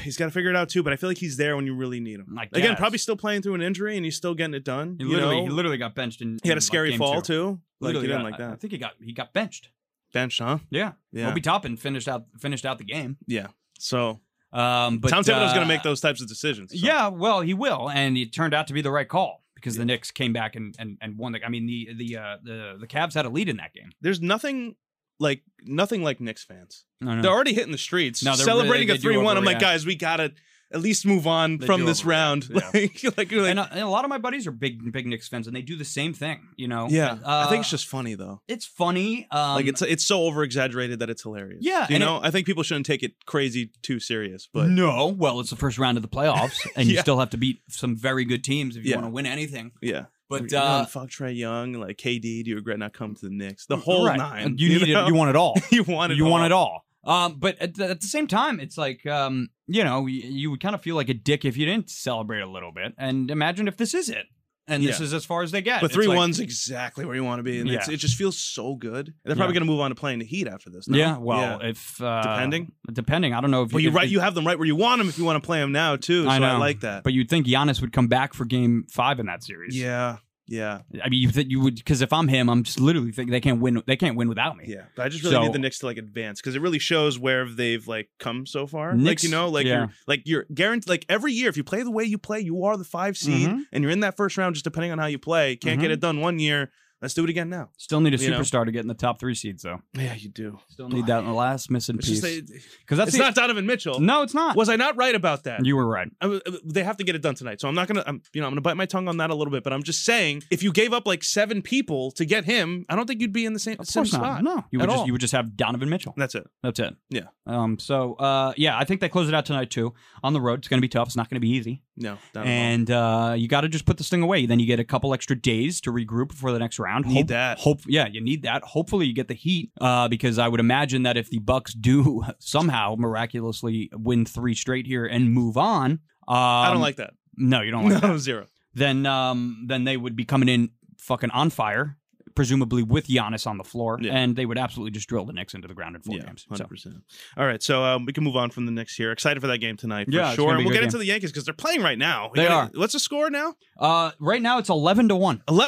Speaker 3: he's got to figure it out too. But I feel like he's there when you really need him.
Speaker 2: I
Speaker 3: Again,
Speaker 2: guess.
Speaker 3: probably still playing through an injury, and he's still getting it done.
Speaker 2: He
Speaker 3: you
Speaker 2: literally,
Speaker 3: know?
Speaker 2: he literally got benched in.
Speaker 3: He
Speaker 2: in,
Speaker 3: had a
Speaker 2: like,
Speaker 3: scary
Speaker 2: game two.
Speaker 3: fall too. Like he
Speaker 2: Literally
Speaker 3: didn't
Speaker 2: got-
Speaker 3: like
Speaker 2: I- I
Speaker 3: that.
Speaker 2: think he got he got benched.
Speaker 3: Benched, huh?
Speaker 2: Yeah.
Speaker 3: Yeah.
Speaker 2: Obi Toppin finished out finished out the game.
Speaker 3: Yeah. So
Speaker 2: Um, but
Speaker 3: Tom Thibodeau's
Speaker 2: uh,
Speaker 3: going to make those types of decisions. so.
Speaker 2: Yeah, well, he will, and it turned out to be the right call because the Knicks came back and and, and won. The, I mean, the the uh, the the Cavs had a lead in that game.
Speaker 3: There's nothing like nothing like Knicks fans.
Speaker 2: No,
Speaker 3: They're already hitting the streets,
Speaker 2: No, they're
Speaker 3: celebrating
Speaker 2: really- they
Speaker 3: a
Speaker 2: do
Speaker 3: three-one. I'm like,
Speaker 2: overreact.
Speaker 3: guys, we gotta at least move on
Speaker 2: They
Speaker 3: from
Speaker 2: do
Speaker 3: this
Speaker 2: overreact,
Speaker 3: round.
Speaker 2: yeah.
Speaker 3: Like, like, you're like-
Speaker 2: and, a, and a lot of my buddies are big big Knicks fans, and they do the same thing. You know.
Speaker 3: yeah.
Speaker 2: And,
Speaker 3: I think it's
Speaker 2: uh,
Speaker 3: just funny though.
Speaker 2: it's funny. Um,
Speaker 3: like it's it's so over exaggerated that it's hilarious.
Speaker 2: Yeah,
Speaker 3: you
Speaker 2: and Mm-hmm.
Speaker 3: know. I think people shouldn't take it crazy too serious, but
Speaker 2: no. Well, it's the first round of the playoffs, and you
Speaker 3: Yeah.
Speaker 2: still have to beat some very good teams if you
Speaker 3: Yeah.
Speaker 2: want to win anything.
Speaker 3: yeah.
Speaker 2: But
Speaker 3: You're
Speaker 2: uh, Mm,
Speaker 3: done. fuck Trey Young, like KD. Do you regret not coming to the Knicks? The whole
Speaker 2: right.
Speaker 3: nine.
Speaker 2: You, need
Speaker 3: know?
Speaker 2: it. You want it all.
Speaker 3: you want it.
Speaker 2: you want it all. Um, but at the, at the same time, it's like um, you know, y- you would kind of feel like a dick if you didn't celebrate a little bit. And imagine if this is it, and this
Speaker 3: Yeah.
Speaker 2: is as far as they get.
Speaker 3: But
Speaker 2: It's
Speaker 3: three
Speaker 2: like-
Speaker 3: one's exactly where you want to be, and it's,
Speaker 2: Yeah.
Speaker 3: it just feels so good. And they're probably
Speaker 2: Yeah.
Speaker 3: going to move on to playing the Heat after this. no?
Speaker 2: Yeah. Well,
Speaker 3: Yeah.
Speaker 2: if uh,
Speaker 3: Depending?
Speaker 2: depending, I don't know if
Speaker 3: well, you
Speaker 2: if-
Speaker 3: right,
Speaker 2: if-
Speaker 3: you have them right where you want them if you want to play them now too. So I,
Speaker 2: I know,
Speaker 3: like that.
Speaker 2: But you'd think Giannis would come back for Game Five in that series.
Speaker 3: yeah, yeah,
Speaker 2: I mean, you think you would because if I'm him, I'm just literally thinking they can't win. They can't win without me.
Speaker 3: yeah. But I just really
Speaker 2: So-
Speaker 3: need the Knicks to like advance because it really shows where they've like come so far. like
Speaker 2: Knicks-
Speaker 3: you know, like
Speaker 2: yeah.
Speaker 3: you're like you're guaranteed. Like every year, if you play the way you play, you are the five seed,
Speaker 2: Mhm.
Speaker 3: and you're in that first round. Just depending on how you play, can't get
Speaker 2: Mhm.
Speaker 3: it done one year. Let's do it again now.
Speaker 2: Still need a
Speaker 3: You know?
Speaker 2: superstar to get in the top three seeds, though.
Speaker 3: Yeah, you do.
Speaker 2: Still need that in the last missing
Speaker 3: It's
Speaker 2: piece.
Speaker 3: just they,
Speaker 2: Because that's
Speaker 3: it's
Speaker 2: the-
Speaker 3: not Donovan Mitchell.
Speaker 2: no, it's not.
Speaker 3: Was I not right about that?
Speaker 2: You were right.
Speaker 3: I- I- they have to get it done tonight. So I'm not gonna, I'm, you know, I'm gonna bite my tongue on that a little bit. But I'm just saying, if you gave up like seven people to get him, I don't think you'd be in the same,
Speaker 2: Of
Speaker 3: same
Speaker 2: course
Speaker 3: spot.
Speaker 2: not. No, you
Speaker 3: at
Speaker 2: would
Speaker 3: all.
Speaker 2: just you would just have Donovan Mitchell.
Speaker 3: that's it.
Speaker 2: That's it.
Speaker 3: Yeah.
Speaker 2: Um. So, uh, yeah, I think they close it out tonight too. On the road, it's going to be tough. It's not going to be easy.
Speaker 3: No, not at all.
Speaker 2: And uh, you got to just put this thing away. Then you get a couple extra days to regroup before the next round.
Speaker 3: Need that.
Speaker 2: Hope. Yeah, you need that. Hopefully, you get the heat. Uh, because I would imagine that if the Bucks do somehow miraculously win three straight here and move on, um,
Speaker 3: I don't like that.
Speaker 2: No, you don't like.
Speaker 3: no,
Speaker 2: that.
Speaker 3: zero.
Speaker 2: Then, um, then they would be coming in fucking on fire. presumably with Giannis on the floor,
Speaker 3: Yeah.
Speaker 2: and they would absolutely just drill the Knicks into the ground in four games. So.
Speaker 3: 100%. All right, so um, we can move on from the Knicks here. Excited for that game tonight, for
Speaker 2: Yeah, it's
Speaker 3: sure.
Speaker 2: gonna be
Speaker 3: And
Speaker 2: a
Speaker 3: we'll
Speaker 2: good
Speaker 3: get
Speaker 2: game.
Speaker 3: into the Yankees because they're playing right now. We
Speaker 2: They
Speaker 3: gotta- What's the score now?
Speaker 2: Uh, right now it's eleven to one.
Speaker 3: Ele-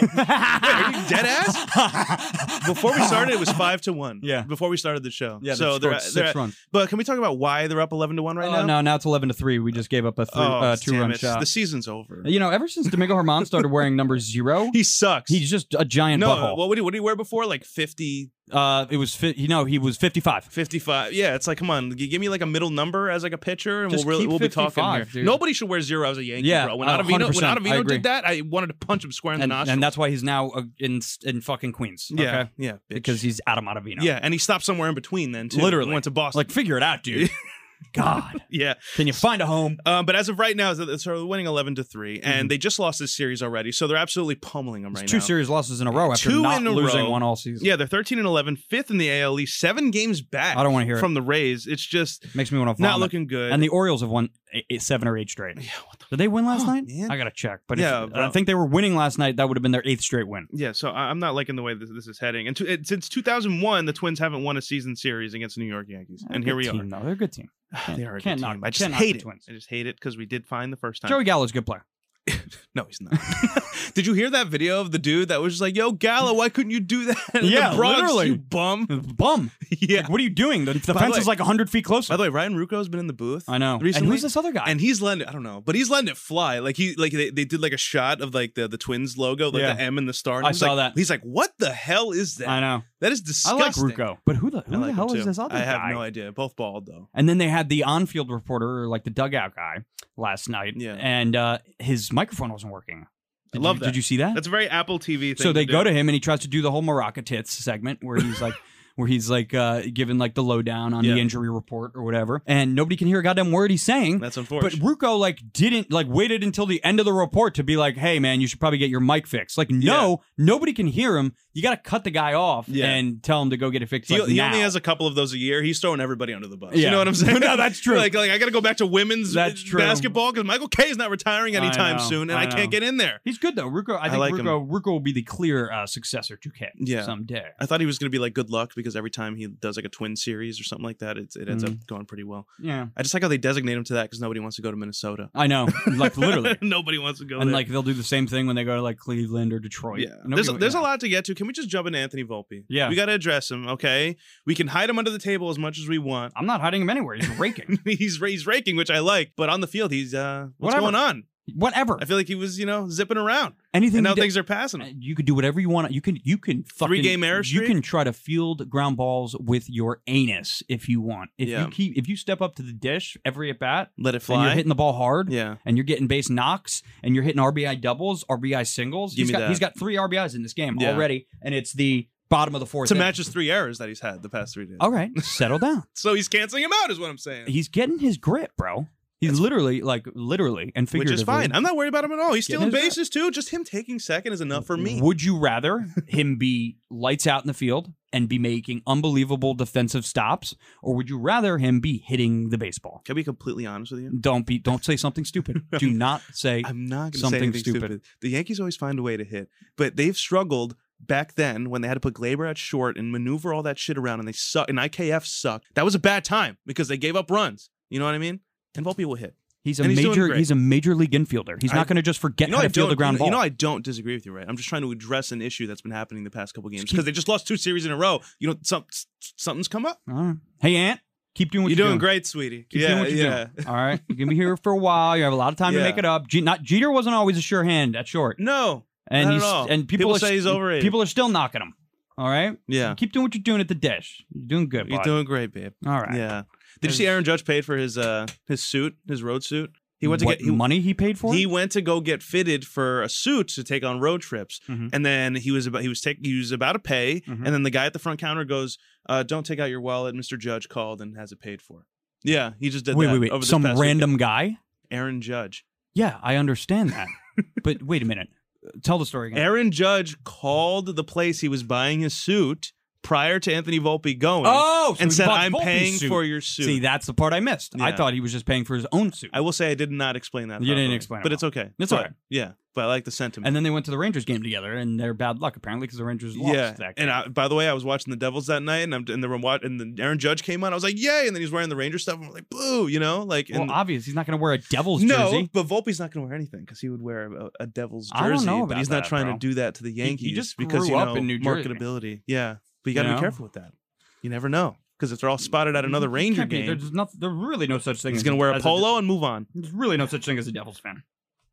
Speaker 3: Wait, are you dead ass? Before we started, it was five to one.
Speaker 2: Yeah.
Speaker 3: Before we started the show.
Speaker 2: Yeah, they
Speaker 3: So
Speaker 2: scored
Speaker 3: they're,
Speaker 2: six
Speaker 3: they're
Speaker 2: runs.
Speaker 3: But can we talk about why they're up eleven to one right
Speaker 2: Oh
Speaker 3: now?
Speaker 2: no, now it's eleven to three. We just gave up a three,
Speaker 3: Oh,
Speaker 2: uh, two
Speaker 3: damn
Speaker 2: run
Speaker 3: it.
Speaker 2: shot.
Speaker 3: The season's over.
Speaker 2: You know, ever since Domingo Herman started wearing number zero,
Speaker 3: He sucks.
Speaker 2: he's just a giant
Speaker 3: no.
Speaker 2: butthole.
Speaker 3: Well, what did, what did he wear before? Like 50,
Speaker 2: uh, it was fi- you know he was fifty five.
Speaker 3: 55. Yeah, it's like, come on, g- give me like a middle number as like a pitcher, and
Speaker 2: Just
Speaker 3: we'll really,
Speaker 2: keep
Speaker 3: we'll be talking here.
Speaker 2: 55, dude.
Speaker 3: Nobody should wear zero as a Yankee,
Speaker 2: Yeah,
Speaker 3: bro. When
Speaker 2: uh,
Speaker 3: Ottavino, when
Speaker 2: 100%, I
Speaker 3: Ottavino
Speaker 2: agree.
Speaker 3: did that, I wanted to punch him square in
Speaker 2: and,
Speaker 3: the nostril.
Speaker 2: and that's why he's now uh, in in fucking Queens.
Speaker 3: yeah,
Speaker 2: okay?
Speaker 3: yeah, bitch.
Speaker 2: because he's Adam Ottavino.
Speaker 3: yeah, and he stopped somewhere in between then too.
Speaker 2: Literally.
Speaker 3: went to Boston.
Speaker 2: like figure it out, dude. God,
Speaker 3: yeah.
Speaker 2: can you find a home?
Speaker 3: Um, but as of right now, they're they're winning eleven to three, and they just lost this series already, so they're absolutely pummeling them right
Speaker 2: Mm-hmm. Two
Speaker 3: now.
Speaker 2: series losses in a row after
Speaker 3: Two
Speaker 2: not
Speaker 3: in a
Speaker 2: losing
Speaker 3: row.
Speaker 2: one all season.
Speaker 3: Yeah, they're thirteen and 11, fifth in the AL East, seven games back.
Speaker 2: I don't wanna hear it.
Speaker 3: from the Rays. It's just
Speaker 2: makes me want to
Speaker 3: not looking good.
Speaker 2: And the Orioles have won eight, eight- seven or eight straight. Did they win last night?
Speaker 3: Oh, man.
Speaker 2: I gotta check. But if-
Speaker 3: Yeah, bro.
Speaker 2: I think they were winning last night. That would have been their eighth straight win.
Speaker 3: yeah, so I- I'm not liking the way this, this is heading. And to, it, since 2001, the Twins haven't won a season series against the New York Yankees, and here we
Speaker 2: team, Though. They're a good team.
Speaker 3: are. they are a
Speaker 2: Can't
Speaker 3: good
Speaker 2: knock-
Speaker 3: team. I just
Speaker 2: can't knock
Speaker 3: hate
Speaker 2: the
Speaker 3: it.
Speaker 2: Twins.
Speaker 3: I just hate it because we did fine the first time.
Speaker 2: Joey Gallo's a good player.
Speaker 3: No, he's not. Did you hear that video of the dude that was just like, "Yo, Gallo, why couldn't you do that?" in the
Speaker 2: Yeah,
Speaker 3: Bronx,
Speaker 2: literally.
Speaker 3: you bum.
Speaker 2: Bum.
Speaker 3: Yeah.
Speaker 2: Like, what are you doing? The, the
Speaker 3: By the
Speaker 2: fence
Speaker 3: way-
Speaker 2: is like hundred feet closer.
Speaker 3: By the way, Ryan Rucco's been in the booth.
Speaker 2: I know.
Speaker 3: Recently,
Speaker 2: And who's this other guy?
Speaker 3: And he's letting it, I don't know, but he's letting it fly. Like he like they, they did like a shot of like the the twins logo, like
Speaker 2: Yeah.
Speaker 3: the M and the star. and
Speaker 2: I
Speaker 3: he's
Speaker 2: saw
Speaker 3: like,
Speaker 2: that.
Speaker 3: He's like, what the hell is that?
Speaker 2: I know.
Speaker 3: That is
Speaker 2: I
Speaker 3: disgusting.
Speaker 2: like Ruco, but who the
Speaker 3: I
Speaker 2: who
Speaker 3: like
Speaker 2: the
Speaker 3: him
Speaker 2: hell is
Speaker 3: too.
Speaker 2: this other
Speaker 3: I
Speaker 2: guy?
Speaker 3: have no idea. Both bald though.
Speaker 2: And then they had the on-field reporter, or like the dugout guy, last night,
Speaker 3: Yeah.
Speaker 2: and uh, his microphone wasn't working.
Speaker 3: I
Speaker 2: Did
Speaker 3: love
Speaker 2: you,
Speaker 3: that.
Speaker 2: Did you see that?
Speaker 3: That's a very Apple TV thing.
Speaker 2: so they
Speaker 3: to
Speaker 2: go
Speaker 3: do.
Speaker 2: to him, and he tries to do the whole Maraca tits segment, where he's like, where he's like uh, giving like the lowdown on
Speaker 3: Yeah.
Speaker 2: the injury report or whatever, and nobody can hear a goddamn word he's saying.
Speaker 3: That's
Speaker 2: but
Speaker 3: unfortunate.
Speaker 2: Ruco like didn't like waited until the end of the report to be like, "Hey man, you should probably get your mic fixed." Like, no, nobody can hear him. You got to cut the guy off
Speaker 3: Yeah.
Speaker 2: and tell him to go get it fixed.
Speaker 3: he,
Speaker 2: like,
Speaker 3: he
Speaker 2: now.
Speaker 3: only has a couple of those a year. He's throwing everybody under the bus. You
Speaker 2: Yeah.
Speaker 3: know what I'm saying?
Speaker 2: No, that's true.
Speaker 3: Like, like I got to go back to women's
Speaker 2: That's true.
Speaker 3: basketball because Michael K is not retiring
Speaker 2: I
Speaker 3: anytime
Speaker 2: know,
Speaker 3: soon, and
Speaker 2: I
Speaker 3: I,
Speaker 2: know.
Speaker 3: can't get in there.
Speaker 2: He's good though. Ruco, I
Speaker 3: I
Speaker 2: think
Speaker 3: like him.
Speaker 2: Ruco, Ruco will be the clear uh, successor to K
Speaker 3: Yeah.
Speaker 2: someday.
Speaker 3: I thought he was going to be like good luck because every time he does like a twin series or something like that, it, it ends
Speaker 2: Mm-hmm.
Speaker 3: up going pretty well.
Speaker 2: Yeah,
Speaker 3: I just like how they designate him to that because nobody wants to go to Minnesota.
Speaker 2: I know. Like literally,
Speaker 3: nobody wants to go.
Speaker 2: and
Speaker 3: there.
Speaker 2: like they'll do the same thing when they go to like Cleveland or Detroit.
Speaker 3: yeah,
Speaker 2: Nobody-
Speaker 3: there's a, there's
Speaker 2: yeah.
Speaker 3: a lot to get to. Can we just jump into Anthony Volpe?
Speaker 2: Yeah.
Speaker 3: we got to address him. Okay, we can hide him under the table as much as we want.
Speaker 2: I'm not hiding him anywhere. He's raking.
Speaker 3: he's he's raking, which I like, but on the field, he's uh, what's
Speaker 2: Whatever.
Speaker 3: going on?
Speaker 2: Whatever.
Speaker 3: I feel like he was you know zipping around,
Speaker 2: Anything.
Speaker 3: and
Speaker 2: he
Speaker 3: now
Speaker 2: did-
Speaker 3: things are passing him.
Speaker 2: Uh, you could do whatever you want. You can you can fucking
Speaker 3: Three-game error
Speaker 2: You
Speaker 3: streak?
Speaker 2: can try to field ground balls with your anus if you want. If
Speaker 3: Yeah.
Speaker 2: you keep if you step up to the dish every at bat,
Speaker 3: Let it
Speaker 2: and
Speaker 3: fly.
Speaker 2: you're hitting the ball hard,
Speaker 3: yeah,
Speaker 2: and you're getting base knocks and you're hitting RBI doubles, RBI singles.
Speaker 3: Give
Speaker 2: He's
Speaker 3: me
Speaker 2: got
Speaker 3: that.
Speaker 2: he's got three RBIs in this game
Speaker 3: Yeah.
Speaker 2: already, and it's the bottom of the fourth.
Speaker 3: to
Speaker 2: inning.
Speaker 3: match his three errors that he's had the past three days.
Speaker 2: All right, settle down.
Speaker 3: So he's canceling him out, is what I'm saying.
Speaker 2: He's getting his grip, bro. He's literally like literally and
Speaker 3: which
Speaker 2: figuratively.
Speaker 3: is fine. I'm not worried about him at all. He's
Speaker 2: Getting
Speaker 3: stealing
Speaker 2: his
Speaker 3: bases too. Just him taking second is enough for me.
Speaker 2: Would you rather him be lights out in the field and be making unbelievable defensive stops, or would you rather him be hitting the baseball?
Speaker 3: Can I be completely honest with you?
Speaker 2: Don't be. Don't say something stupid. Do not say.
Speaker 3: I'm not going to say
Speaker 2: Something
Speaker 3: anything
Speaker 2: stupid.
Speaker 3: stupid. The Yankees always find a way to hit, but they've struggled back then when they had to put Glaber at short and maneuver all that shit around, and they suck. And IKF sucked. That was a bad time because they gave up runs. You know what I mean? And Volpe will hit.
Speaker 2: He's a
Speaker 3: and he's doing
Speaker 2: major.
Speaker 3: great.
Speaker 2: He's a major league infielder. He's
Speaker 3: I-
Speaker 2: not going to just forget
Speaker 3: You know
Speaker 2: how
Speaker 3: I
Speaker 2: to
Speaker 3: don't.
Speaker 2: field a ground
Speaker 3: you know-
Speaker 2: ball.
Speaker 3: you know I don't disagree with you, right? I'm just trying to address an issue that's been happening the past couple games because they just lost two series in a row. You know, some, s- something's come up.
Speaker 2: All right. Hey, Ant, keep doing what
Speaker 3: You're
Speaker 2: you're,
Speaker 3: doing, great, sweetie.
Speaker 2: Keep
Speaker 3: yeah,
Speaker 2: doing what you're
Speaker 3: yeah.
Speaker 2: doing. All right, you're gonna be here for a while. You have a lot of time to
Speaker 3: Yeah.
Speaker 2: make it up. Je- not Jeter wasn't always a sure hand at short,
Speaker 3: No,
Speaker 2: and
Speaker 3: not at
Speaker 2: he's
Speaker 3: all.
Speaker 2: and people,
Speaker 3: People
Speaker 2: are,
Speaker 3: say he's overrated.
Speaker 2: People are still knocking him. All right,
Speaker 3: Yeah.
Speaker 2: Keep doing what you're doing at the dish. You're doing good.
Speaker 3: you're
Speaker 2: bud.
Speaker 3: doing great, babe.
Speaker 2: all right.
Speaker 3: Yeah. Did you see Aaron Judge paid for his uh his suit, his road suit? He went to
Speaker 2: What
Speaker 3: get he,
Speaker 2: money he paid for. it?
Speaker 3: he went to go get fitted for a suit to take on road trips,
Speaker 2: Mhm.
Speaker 3: and then he was about he was taking he was about to pay,
Speaker 2: Mhm.
Speaker 3: and then the guy at the front counter goes, uh, "Don't take out your wallet." Mr. Judge called and has it paid for. Yeah, he just did
Speaker 2: wait,
Speaker 3: that.
Speaker 2: wait, wait,
Speaker 3: Over this
Speaker 2: Some
Speaker 3: past
Speaker 2: random
Speaker 3: weekend.
Speaker 2: guy.
Speaker 3: Aaron Judge.
Speaker 2: Yeah, I understand that, but wait a minute. Tell the story again.
Speaker 3: Aaron Judge called the place he was buying his suit prior to Anthony Volpe going.
Speaker 2: Oh, so
Speaker 3: and
Speaker 2: he
Speaker 3: said,
Speaker 2: bought
Speaker 3: "I'm
Speaker 2: Volpe's
Speaker 3: paying
Speaker 2: suit."
Speaker 3: for your suit."
Speaker 2: See, that's the part I missed. I
Speaker 3: Yeah.
Speaker 2: thought he was just paying for his own suit.
Speaker 3: I will say I did not explain that.
Speaker 2: You didn't
Speaker 3: properly,
Speaker 2: explain it
Speaker 3: but
Speaker 2: well.
Speaker 3: it's okay.
Speaker 2: It's
Speaker 3: But-
Speaker 2: all right.
Speaker 3: Yeah, but I like the sentiment.
Speaker 2: and then they went to the Rangers game together, and they're bad luck apparently because the Rangers lost.
Speaker 3: yeah,
Speaker 2: that game.
Speaker 3: and I, by the way, I was watching the Devils that night, and I'm in the room, wa- and the Aaron Judge came on. I was like, "Yay!" And then he's wearing the Ranger stuff. and I'm like, "Boo!" You know, like,
Speaker 2: well,
Speaker 3: and
Speaker 2: obvious he's not going to wear a Devils
Speaker 3: no,
Speaker 2: jersey.
Speaker 3: but Volpe's not going to wear anything because he would wear a, a Devils jersey.
Speaker 2: I don't know
Speaker 3: but
Speaker 2: about
Speaker 3: he's not
Speaker 2: that,
Speaker 3: trying
Speaker 2: bro.
Speaker 3: to do that to the Yankees
Speaker 2: just
Speaker 3: because
Speaker 2: grew
Speaker 3: you
Speaker 2: up
Speaker 3: know
Speaker 2: in New Jersey.
Speaker 3: marketability. Yeah, but you got to
Speaker 2: You know?
Speaker 3: be careful with that. You never know because if they're all spotted at another
Speaker 2: It
Speaker 3: Ranger
Speaker 2: can't be.
Speaker 3: game,
Speaker 2: There's nothing. There's really no such thing.
Speaker 3: he's
Speaker 2: as
Speaker 3: going to wear a
Speaker 2: as
Speaker 3: polo and move on.
Speaker 2: There's really no such thing as a Devils fan.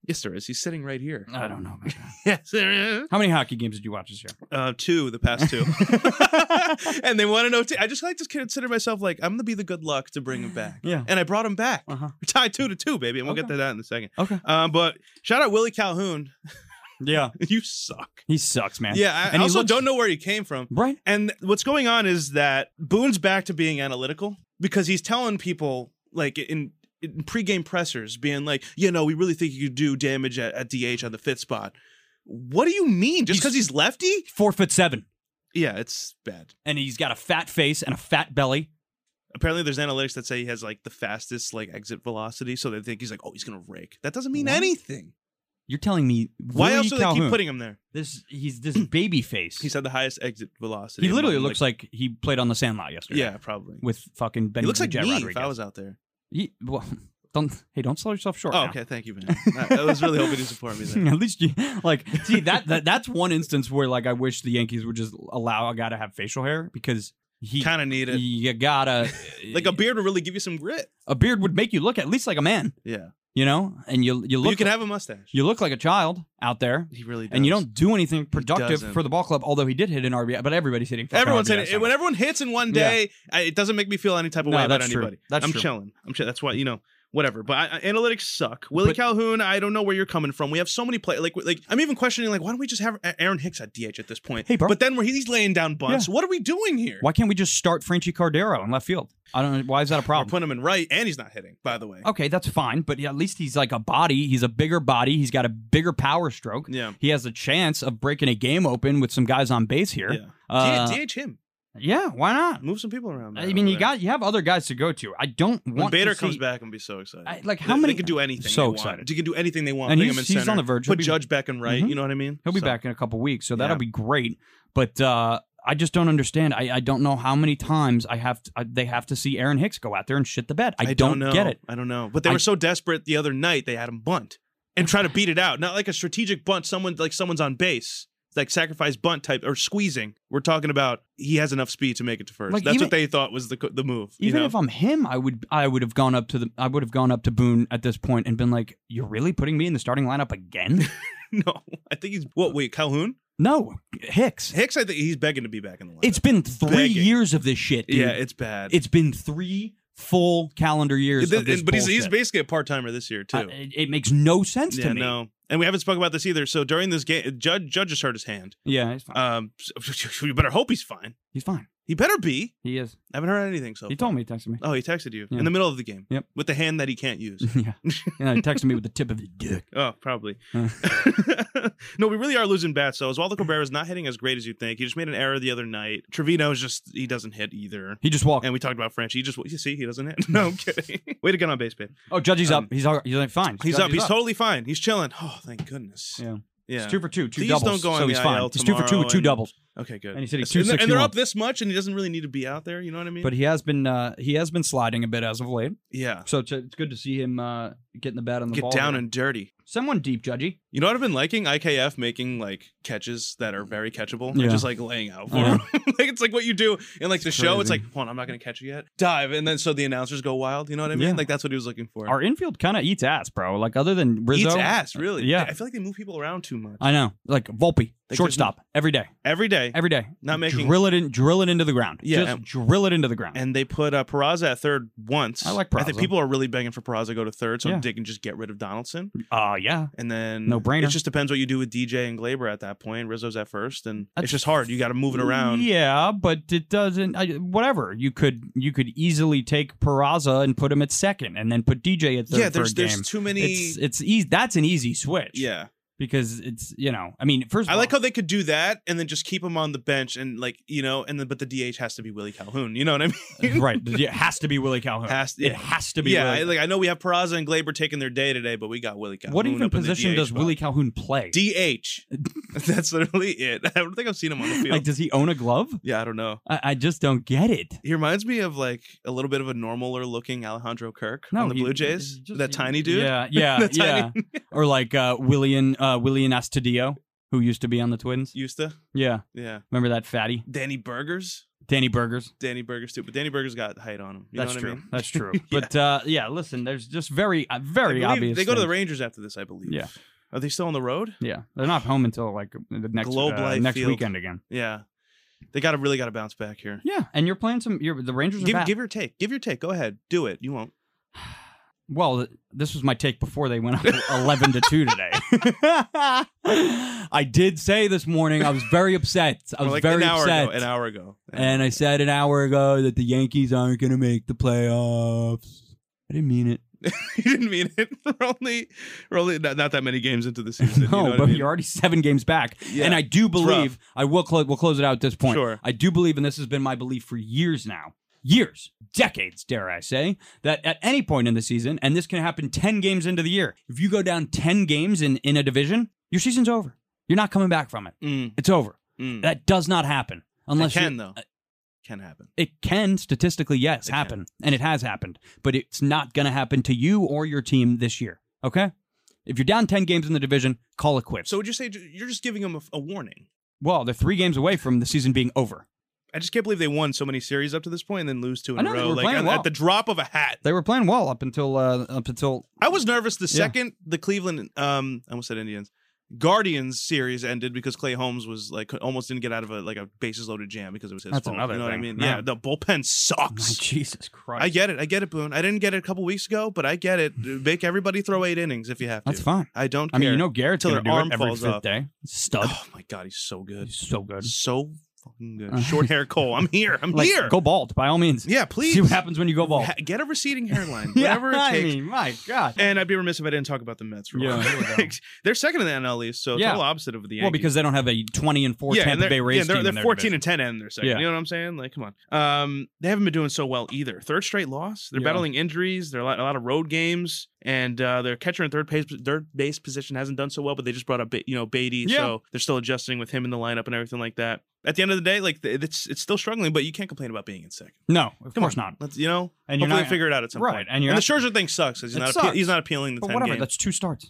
Speaker 3: Yes, there is. He's sitting right here.
Speaker 2: I don't know. About that.
Speaker 3: Yes, there is.
Speaker 2: How many hockey games did you watch this year?
Speaker 3: Uh, two, the past two. and they want to know. T- I just like to consider myself like I'm gonna be the good luck to bring him back.
Speaker 2: Yeah.
Speaker 3: And I brought him back.
Speaker 2: Uh huh.
Speaker 3: We're tied two to two, baby, and we'll get
Speaker 2: Okay.
Speaker 3: to that in a second.
Speaker 2: Okay.
Speaker 3: Um, but shout out Willie Calhoun.
Speaker 2: Yeah,
Speaker 3: you suck.
Speaker 2: he sucks, man.
Speaker 3: Yeah. I,
Speaker 2: And he
Speaker 3: also
Speaker 2: looks-
Speaker 3: don't know where he came from.
Speaker 2: Right.
Speaker 3: And what's going on is that Boone's back to being analytical because he's telling people like in. In pregame pressers, being like, you know, we really think you could do damage at, at DH on the fifth spot. What do you mean? Just
Speaker 2: He's-
Speaker 3: because he's lefty?
Speaker 2: Four foot seven,
Speaker 3: Yeah, it's bad.
Speaker 2: and he's got a fat face and a fat belly.
Speaker 3: apparently there's analytics that say he has like the fastest like exit velocity so they think he's like oh he's gonna rake that doesn't mean
Speaker 2: What?
Speaker 3: anything
Speaker 2: You're telling me
Speaker 3: why
Speaker 2: Willie
Speaker 3: else do they
Speaker 2: Calhoun-
Speaker 3: keep putting him there
Speaker 2: this? He's this baby face.
Speaker 3: he's had the highest exit velocity
Speaker 2: he literally
Speaker 3: among,
Speaker 2: looks like, he played on the Sandlot yesterday.
Speaker 3: yeah probably
Speaker 2: with fucking Benny.
Speaker 3: he looks like
Speaker 2: Jet
Speaker 3: me if
Speaker 2: Rodriguez.
Speaker 3: i was out there
Speaker 2: Ye- well, don't hey, don't sell yourself short.
Speaker 3: oh
Speaker 2: now.
Speaker 3: okay thank you man I, I was really hoping you support me there
Speaker 2: At least you like see that, that that's one instance where like I wish the Yankees would just allow a guy to have facial hair because he
Speaker 3: kind of need it
Speaker 2: you gotta
Speaker 3: like a beard would really give you some grit
Speaker 2: a beard would make you look at least like a man,
Speaker 3: yeah
Speaker 2: you know, and you you
Speaker 3: But
Speaker 2: look
Speaker 3: you can have a mustache
Speaker 2: you look like a child out there.
Speaker 3: he really does.
Speaker 2: And you don't do anything productive
Speaker 3: doesn't.
Speaker 2: for the ball club, although he did hit an RBI. But everybody's hitting. fucking
Speaker 3: Everyone's
Speaker 2: RBI
Speaker 3: hitting. When everyone hits in one
Speaker 2: Yeah.
Speaker 3: day, I, it doesn't make me feel any type of
Speaker 2: No,
Speaker 3: way about
Speaker 2: that's true.
Speaker 3: anybody.
Speaker 2: That's
Speaker 3: I'm
Speaker 2: true.
Speaker 3: chilling. I'm chill. That's why you know whatever. But I, I- analytics suck. Willie
Speaker 2: But-
Speaker 3: Calhoun, I don't know where you're coming from. We have so many play. Like like I'm even questioning like why don't we just have A- Aaron Hicks at DH at this point?
Speaker 2: Hey, bro.
Speaker 3: But then where he's laying down bunts. What are we doing here?
Speaker 2: Why can't we just start Franchi Cardero in left field? I don't know. Why is that a
Speaker 3: We're
Speaker 2: problem?
Speaker 3: putting him in right, and he's not hitting. By the way,
Speaker 2: Okay, that's fine, but at least he's like a body. He's a bigger body. He's got a bigger power stroke.
Speaker 3: Yeah.
Speaker 2: He has a chance of breaking a game open with some guys on base here.
Speaker 3: yeah.
Speaker 2: Uh,
Speaker 3: D- DH him.
Speaker 2: yeah, why not?
Speaker 3: Move some people around.
Speaker 2: I
Speaker 3: man,
Speaker 2: mean,
Speaker 3: over
Speaker 2: you
Speaker 3: there.
Speaker 2: got you have other guys to go to. I don't
Speaker 3: When
Speaker 2: want
Speaker 3: Bader
Speaker 2: to
Speaker 3: comes
Speaker 2: see-
Speaker 3: back, I'm gonna be so excited.
Speaker 2: I- like,
Speaker 3: They-
Speaker 2: how
Speaker 3: they,
Speaker 2: many-
Speaker 3: can do anything?
Speaker 2: So
Speaker 3: they Want.
Speaker 2: excited.
Speaker 3: They can do anything they want.
Speaker 2: And
Speaker 3: Bring
Speaker 2: he's-
Speaker 3: him in
Speaker 2: he's on
Speaker 3: center.
Speaker 2: the verge. He'll
Speaker 3: Put
Speaker 2: be-
Speaker 3: Judge back and right.
Speaker 2: Mhm.
Speaker 3: You know what I mean?
Speaker 2: He'll be
Speaker 3: So,
Speaker 2: back in a couple weeks, so
Speaker 3: Yeah.
Speaker 2: that'll be great. But uh, I just don't understand. I, I don't know how many times I have to, I, they have to see Aaron Hicks go out there and shit the bed. I,
Speaker 3: know.
Speaker 2: get it.
Speaker 3: I don't know. But they
Speaker 2: I-
Speaker 3: were so desperate the other night they had him bunt and try to beat it out. Not like a strategic bunt, someone like someone's on base. Like sacrifice bunt type or squeezing. We're talking about he has enough speed to make it to first.
Speaker 2: Like,
Speaker 3: That's
Speaker 2: even-
Speaker 3: what they thought was the co- the move. you
Speaker 2: Even
Speaker 3: know?
Speaker 2: if I'm him, I would I would have gone up to the I would have gone up to Boone at this point and been like, "You're really putting me in the starting lineup again?"
Speaker 3: no, I think he's what? Wait, Calhoun
Speaker 2: no, Hicks.
Speaker 3: Hicks. I think he's begging to be back in the lineup.
Speaker 2: It's been three
Speaker 3: Begging.
Speaker 2: years of this shit, dude.
Speaker 3: yeah, it's bad.
Speaker 2: it's been three full calendar years.
Speaker 3: Th-
Speaker 2: of this
Speaker 3: but he's he's
Speaker 2: bullshit.
Speaker 3: basically a part timer this year too.
Speaker 2: I- it, it makes no sense
Speaker 3: yeah,
Speaker 2: to me.
Speaker 3: no, and we haven't spoken about this either. So during this game, Judge Judge just hurt his hand.
Speaker 2: Yeah, he's fine.
Speaker 3: Um, so you better hope he's fine.
Speaker 2: he's fine.
Speaker 3: He better be.
Speaker 2: He is.
Speaker 3: I haven't heard anything so
Speaker 2: He told me. He texted me.
Speaker 3: Oh, he texted you
Speaker 2: Yeah.
Speaker 3: in the middle of the game.
Speaker 2: Yep.
Speaker 3: With the hand that he can't use.
Speaker 2: yeah. yeah. He texted me with the tip of his dick.
Speaker 3: oh, probably.
Speaker 2: Huh.
Speaker 3: no, we really are losing bats. So Oswaldo Cabrera is not hitting as great as you think. He just made an error the other night. Trevino is just he doesn't hit either.
Speaker 2: He just walked.
Speaker 3: And we talked about French. He just you see he doesn't hit. No, I'm kidding. Way to get on base, babe.
Speaker 2: oh, Judgy's
Speaker 3: um,
Speaker 2: up. He's all right. He's like, fine.
Speaker 3: He's
Speaker 2: Judge
Speaker 3: up.
Speaker 2: is
Speaker 3: He's totally fine. He's chilling. Oh, thank goodness.
Speaker 2: Yeah.
Speaker 3: Yeah.
Speaker 2: It's two for two, two
Speaker 3: Please
Speaker 2: doubles.
Speaker 3: don't go on
Speaker 2: so
Speaker 3: the
Speaker 2: he's fine.
Speaker 3: IL
Speaker 2: It's two for two with two
Speaker 3: tomorrow and-
Speaker 2: double.
Speaker 3: Okay, good.
Speaker 2: And he's hitting
Speaker 3: It's- and they're- and they're
Speaker 2: 261.
Speaker 3: up this much, and he doesn't really need to be out there. You know what I mean?
Speaker 2: But he has been uh, he has been sliding a bit as of late.
Speaker 3: yeah,
Speaker 2: So it's, it's good to see him uh, getting the bat on the
Speaker 3: get
Speaker 2: ball.
Speaker 3: down
Speaker 2: there.
Speaker 3: and dirty.
Speaker 2: someone deep, Judgy.
Speaker 3: You know what I've been liking? IKF making like catches that are very catchable
Speaker 2: Yeah.
Speaker 3: and just like laying out for
Speaker 2: Yeah.
Speaker 3: them. like it's like what you do in like the
Speaker 2: It's
Speaker 3: show. It's like,
Speaker 2: crazy.
Speaker 3: hold on, I'm not gonna catch you yet. Dive, and then so the announcers go wild. You know what I mean?
Speaker 2: Yeah.
Speaker 3: Like that's what he was looking for.
Speaker 2: Our infield kind of eats ass, bro. Like other than Rizzo,
Speaker 3: Eats ass, really.
Speaker 2: Yeah.
Speaker 3: I feel like they move people around too much
Speaker 2: I know. Like Volpe,
Speaker 3: Like,
Speaker 2: shortstop, every day,
Speaker 3: every day.
Speaker 2: every day.
Speaker 3: Not making-
Speaker 2: drill it in, drill it into the ground.
Speaker 3: Yeah,
Speaker 2: just
Speaker 3: and-
Speaker 2: drill it into the ground.
Speaker 3: and they put uh, Peraza at third once.
Speaker 2: I like
Speaker 3: I think
Speaker 2: Peraza.
Speaker 3: people are really begging for Peraza to go to third, so
Speaker 2: Yeah.
Speaker 3: they can just get rid of Donaldson.
Speaker 2: uh yeah,
Speaker 3: And then
Speaker 2: No brainer.
Speaker 3: It just depends what you do with DJ and Glaber at that point. Rizzo's at first, and it's just hard. You got to move it around.
Speaker 2: Yeah, but it doesn't. I, whatever you could you could easily take Peraza and put him at second, and then put DJ at third.
Speaker 3: Yeah, there's
Speaker 2: for a game.
Speaker 3: there's too many.
Speaker 2: It's it's easy. That's an easy switch.
Speaker 3: Yeah.
Speaker 2: because it's you know I mean first of
Speaker 3: I
Speaker 2: all,
Speaker 3: like how they could do that and then just keep him on the bench and like you know and then but the DH has to be Willie Calhoun. You know what I mean?
Speaker 2: right it has to be Willie Calhoun
Speaker 3: Has-
Speaker 2: it has to be
Speaker 3: yeah,
Speaker 2: Willie.
Speaker 3: I, like I know we have Peraza and Glaber taking their day today, but we got Willie Calhoun.
Speaker 2: what even
Speaker 3: up in the
Speaker 2: position
Speaker 3: DH
Speaker 2: does
Speaker 3: spot.
Speaker 2: Willie Calhoun play
Speaker 3: DH? That's literally it. I don't think I've seen him on the field.
Speaker 2: like does he own a glove
Speaker 3: yeah, I don't know.
Speaker 2: I, I just don't get it
Speaker 3: He reminds me of like a little bit of a normaler looking Alejandro Kirk on the
Speaker 2: he-
Speaker 3: Blue Jays.
Speaker 2: just-
Speaker 3: that
Speaker 2: he-
Speaker 3: tiny dude.
Speaker 2: Yeah, yeah,
Speaker 3: The
Speaker 2: yeah.
Speaker 3: tiny-
Speaker 2: Or like uh, William uh, William Astadio, who used to be on the Twins.
Speaker 3: Used to.
Speaker 2: Yeah,
Speaker 3: Yeah.
Speaker 2: remember that fatty
Speaker 3: Danny Burgers.
Speaker 2: Danny Burgers.
Speaker 3: Danny Burgers too, but Danny Burgers got height on him. You
Speaker 2: That's
Speaker 3: know what
Speaker 2: true.
Speaker 3: I mean?
Speaker 2: That's true. But uh, yeah, listen, there's just very, uh,
Speaker 3: I
Speaker 2: very
Speaker 3: believe
Speaker 2: obvious.
Speaker 3: They go to the
Speaker 2: things.
Speaker 3: Rangers after this, I believe.
Speaker 2: Yeah.
Speaker 3: Are they still on the road?
Speaker 2: Yeah, they're not home until like the next
Speaker 3: Globe
Speaker 2: uh,
Speaker 3: Life
Speaker 2: next
Speaker 3: Field.
Speaker 2: weekend again.
Speaker 3: Yeah. They got to really got to bounce back here.
Speaker 2: Yeah, and you're playing some. You're the Rangers are
Speaker 3: Give,
Speaker 2: back.
Speaker 3: give your take. Give your take. Go ahead. Do it. You won't.
Speaker 2: Well, th- this was my take before they went up 11 to 2 today. I did say this morning I was very upset. I was
Speaker 3: like
Speaker 2: very
Speaker 3: an hour
Speaker 2: upset.
Speaker 3: ago. An hour ago.
Speaker 2: And I said an hour ago that the Yankees aren't going to make the playoffs. I didn't mean it.
Speaker 3: you didn't mean it. We're only, we're only not, not that many games into the season. you know
Speaker 2: No,
Speaker 3: what I
Speaker 2: but
Speaker 3: mean?
Speaker 2: you're already seven games back.
Speaker 3: Yeah.
Speaker 2: And I do believe,
Speaker 3: rough.
Speaker 2: I will close, we'll close it out at this point.
Speaker 3: Sure.
Speaker 2: I do believe, and this has been my belief for years now, years, decades, dare I say, that at any point in the season, and this can happen 10 games into the year, if you go down 10 games in, in a division, your season's over. You're not coming back from it.
Speaker 3: Mm,
Speaker 2: It's over.
Speaker 3: mm.
Speaker 2: That does not happen. Unless
Speaker 3: it can
Speaker 2: you,
Speaker 3: though. can happen.
Speaker 2: it can statistically yes
Speaker 3: It can.
Speaker 2: happen and it has happened but it's not going to happen to you or your team this year okay if you're down 10 games in the division call it quits
Speaker 3: So would you say ju- you're just giving them a, a warning?
Speaker 2: well they're three games away from the season being over
Speaker 3: I just can't believe they won so many series up to this point and then lose two in
Speaker 2: I know,
Speaker 3: a
Speaker 2: they
Speaker 3: row,
Speaker 2: were
Speaker 3: like
Speaker 2: playing
Speaker 3: at,
Speaker 2: well.
Speaker 3: at the drop of a hat.
Speaker 2: they were playing well up until uh, up until
Speaker 3: I was nervous the
Speaker 2: Yeah.
Speaker 3: second the Cleveland, um, I almost said Indians, Guardians series ended because Clay Holmes was like almost didn't get out of a like a bases loaded jam because it was his
Speaker 2: That's
Speaker 3: fault.
Speaker 2: another
Speaker 3: you know what I
Speaker 2: thing.
Speaker 3: mean?
Speaker 2: No.
Speaker 3: Yeah, the bullpen sucks.
Speaker 2: Oh jesus christ
Speaker 3: I get it. I get it, Boone. I didn't get it a couple weeks ago, but I get it. Make everybody throw eight innings if you have to.
Speaker 2: that's fine
Speaker 3: I don't. Care.
Speaker 2: i mean you know garrett's
Speaker 3: Till
Speaker 2: going to
Speaker 3: their
Speaker 2: do
Speaker 3: arm
Speaker 2: it every
Speaker 3: falls
Speaker 2: fifth
Speaker 3: off.
Speaker 2: day stud
Speaker 3: Oh my god, he's so good.
Speaker 2: He's so good Uh-huh.
Speaker 3: So fucking good. Short hair, Cole. I'm here. I'm
Speaker 2: like,
Speaker 3: here.
Speaker 2: go bald by all means
Speaker 3: Yeah, please.
Speaker 2: see what happens when you go bald
Speaker 3: Ha- get a receding hairline,
Speaker 2: Yeah,
Speaker 3: whatever it
Speaker 2: I
Speaker 3: takes.
Speaker 2: mean, my god
Speaker 3: And I'd be remiss if I didn't talk about the Mets. real
Speaker 2: Yeah,
Speaker 3: quick.
Speaker 2: there we go.
Speaker 3: they're second in the NL East, so
Speaker 2: Yeah.
Speaker 3: total opposite of the Yankees.
Speaker 2: well because they don't have a 20 and 4
Speaker 3: yeah, and
Speaker 2: tampa
Speaker 3: they're-
Speaker 2: bay rays
Speaker 3: yeah, they're,
Speaker 2: team
Speaker 3: they're
Speaker 2: in their
Speaker 3: 14
Speaker 2: division.
Speaker 3: and 10 and they're second.
Speaker 2: Yeah.
Speaker 3: You know what I'm saying? Like, come on. Um, they haven't been doing so well either. Third straight loss. They're
Speaker 2: Yeah.
Speaker 3: battling injuries. They're a lot, a lot of road games, and uh, their catcher and third base third base position hasn't done so well. But they just brought up Ba- you know Beatty,
Speaker 2: Yeah.
Speaker 3: so they're still adjusting with him in the lineup and everything like that. At the end of the day, like th- it's it's still struggling, but you can't complain about being in second.
Speaker 2: no of
Speaker 3: Come
Speaker 2: course
Speaker 3: on.
Speaker 2: not
Speaker 3: Let's you know,
Speaker 2: And you're
Speaker 3: hopefully
Speaker 2: not-
Speaker 3: figure it out at some
Speaker 2: Right,
Speaker 3: point.
Speaker 2: and you're
Speaker 3: the
Speaker 2: not-
Speaker 3: Scherzer thing sucks because he's
Speaker 2: It
Speaker 3: not
Speaker 2: sucks.
Speaker 3: appe- he's not appealing the
Speaker 2: But
Speaker 3: ten
Speaker 2: whatever,
Speaker 3: game.
Speaker 2: that's two starts.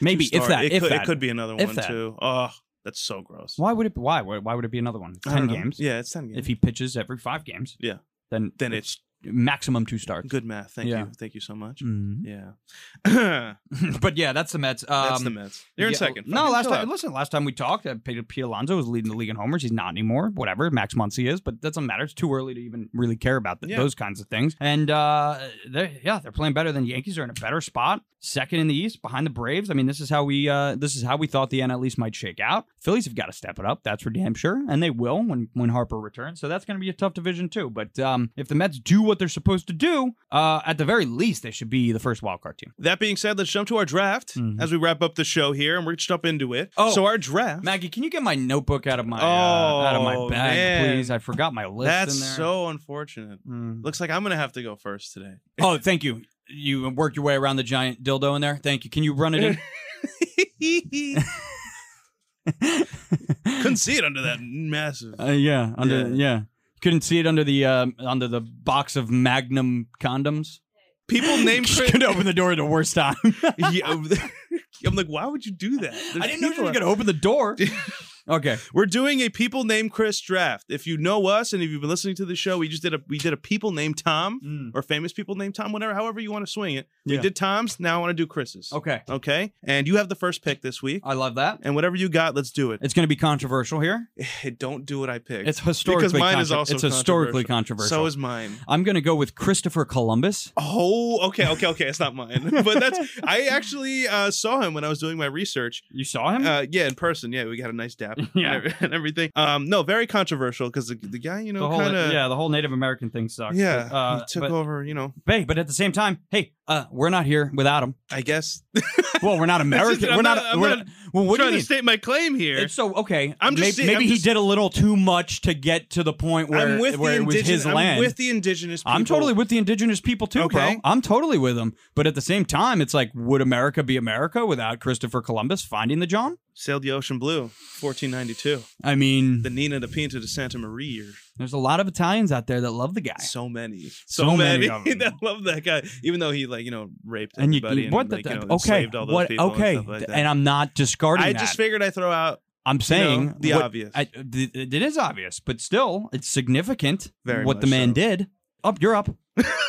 Speaker 2: Maybe
Speaker 3: Two
Speaker 2: if
Speaker 3: star.
Speaker 2: that,
Speaker 3: it
Speaker 2: if
Speaker 3: could,
Speaker 2: that
Speaker 3: it could be another
Speaker 2: If
Speaker 3: one
Speaker 2: that.
Speaker 3: too. Oh, that's so gross.
Speaker 2: Why would it? Why? Why why would it be another one?
Speaker 3: I don't
Speaker 2: Ten
Speaker 3: know.
Speaker 2: games.
Speaker 3: Yeah, it's ten games.
Speaker 2: If he pitches every five games.
Speaker 3: Yeah.
Speaker 2: Then
Speaker 3: then it's
Speaker 2: maximum two starts.
Speaker 3: good math. Thank
Speaker 2: Yeah.
Speaker 3: you, thank you so much.
Speaker 2: Mhm.
Speaker 3: Yeah, that's
Speaker 2: but yeah, that's the Mets. Um,
Speaker 3: the Mets. They're in
Speaker 2: yeah,
Speaker 3: second.
Speaker 2: No,
Speaker 3: Fucking
Speaker 2: last
Speaker 3: chill
Speaker 2: time.
Speaker 3: out.
Speaker 2: Listen, last time we talked, uh, P. P. Alonso was leading the league in homers. He's not anymore. Whatever. Max Muncy is, but that doesn't matter. It's too early to even really care about th-
Speaker 3: Yeah.
Speaker 2: those kinds of things. And uh, they yeah, they're playing better than Yankees. Are in a better spot. Second in the East, behind the Braves. I mean, this is how we uh, this is how we thought the NL East might shake out. Phillies have got to step it up. That's for damn sure, and they will when when Harper returns. So that's going to be a tough division too. But um, if the Mets do what they're supposed to do, uh, at the very least, they should be the first wild card team.
Speaker 3: That being said, let's jump to our draft
Speaker 2: Mhm.
Speaker 3: as we wrap up the show here, and we're gonna jump into it.
Speaker 2: Oh.
Speaker 3: so our draft.
Speaker 2: Maggie, can you get my notebook out of my uh,
Speaker 3: Oh,
Speaker 2: out of my bag,
Speaker 3: man.
Speaker 2: please? I forgot my list.
Speaker 3: That's
Speaker 2: in there.
Speaker 3: so unfortunate.
Speaker 2: Mm.
Speaker 3: Looks like I'm gonna have to go first today.
Speaker 2: Oh, thank you. You worked your way around the giant dildo in there. Thank you. Can you run it in?
Speaker 3: Couldn't see it under that massive.
Speaker 2: Uh, yeah, under yeah.
Speaker 3: Yeah.
Speaker 2: Couldn't see it under the uh, under the box of Magnum condoms.
Speaker 3: People name
Speaker 2: Could open the door at the worst time.
Speaker 3: Yeah, I'm like, why would you do
Speaker 2: I
Speaker 3: that? There's
Speaker 2: didn't know you
Speaker 3: people
Speaker 2: were
Speaker 3: out-
Speaker 2: gonna open the door. okay.
Speaker 3: We're doing a people named Chris draft. If you know us and if you've been listening to the show, we just did a we did a people named Tom
Speaker 2: Mm.
Speaker 3: or famous people named Tom, whatever, however you want to swing it.
Speaker 2: Yeah.
Speaker 3: We did Tom's. Now I want to do Chris's.
Speaker 2: Okay.
Speaker 3: Okay. And you have the first pick this week.
Speaker 2: I love that.
Speaker 3: and whatever you got, let's do it.
Speaker 2: It's gonna be controversial here.
Speaker 3: Don't do what I picked.
Speaker 2: It's historically
Speaker 3: because mine is
Speaker 2: contro-
Speaker 3: also
Speaker 2: it's historically
Speaker 3: So
Speaker 2: controversial.
Speaker 3: is mine.
Speaker 2: I'm gonna go with Christopher Columbus.
Speaker 3: Oh, okay, okay, okay. It's not mine, but that's. I actually uh, saw him when I was doing my research.
Speaker 2: You saw him?
Speaker 3: Uh, yeah, in Uh, person. Yeah, we got a nice dap crap
Speaker 5: Um, Yeah.
Speaker 3: and ev- and everything. Um, no, very controversial because the, the guy, you
Speaker 5: the
Speaker 3: know,
Speaker 5: whole
Speaker 3: kind of
Speaker 5: yeah, the whole Native American thing sucks.
Speaker 3: yeah,
Speaker 5: but, uh,
Speaker 3: he took
Speaker 5: but,
Speaker 3: over. You know,
Speaker 5: Hey, but at the same time, hey, uh, we're not here without him.
Speaker 3: I guess.
Speaker 5: Well, we're not American.
Speaker 3: I'm
Speaker 5: we're not.
Speaker 3: not- I'm
Speaker 5: we're
Speaker 3: not
Speaker 5: well, what do
Speaker 3: trying
Speaker 5: you
Speaker 3: to
Speaker 5: mean?
Speaker 3: state my claim here.
Speaker 5: It's so okay.
Speaker 3: I'm just
Speaker 5: maybe,
Speaker 3: saying-
Speaker 5: maybe
Speaker 3: I'm
Speaker 5: he
Speaker 3: just-
Speaker 5: did a little too much to get to the point where,
Speaker 3: I'm with
Speaker 5: where
Speaker 3: the
Speaker 5: it was
Speaker 3: indigenous.
Speaker 5: his
Speaker 3: I'm
Speaker 5: land.
Speaker 3: with the indigenous. People.
Speaker 5: I'm totally with the indigenous people too, bro.
Speaker 3: Okay.
Speaker 5: I'm totally with them. But at the same time, it's like, would America be America without Christopher Columbus finding the John?
Speaker 3: sailed the ocean blue, 1492.
Speaker 5: I mean,
Speaker 3: The Nina de Pinta de Santa Maria.
Speaker 5: there's a lot of Italians out there that love the guy.
Speaker 3: So many, so,
Speaker 5: So
Speaker 3: many,
Speaker 5: many of 'em.
Speaker 3: that love that guy, even though he like you know raped
Speaker 5: And you,
Speaker 3: everybody and
Speaker 5: what
Speaker 3: like,
Speaker 5: the
Speaker 3: you know,
Speaker 5: okay?
Speaker 3: enslaved all those
Speaker 5: what
Speaker 3: people
Speaker 5: okay?
Speaker 3: And, stuff like that.
Speaker 5: and I'm not discarding.
Speaker 3: I
Speaker 5: that.
Speaker 3: just figured I throw out
Speaker 5: I'm saying
Speaker 3: know, the
Speaker 5: what-
Speaker 3: obvious.
Speaker 5: I, th- it is obvious, but still, it's significant
Speaker 3: Very
Speaker 5: what the
Speaker 3: much
Speaker 5: man
Speaker 3: so.
Speaker 5: did. Up, you're up.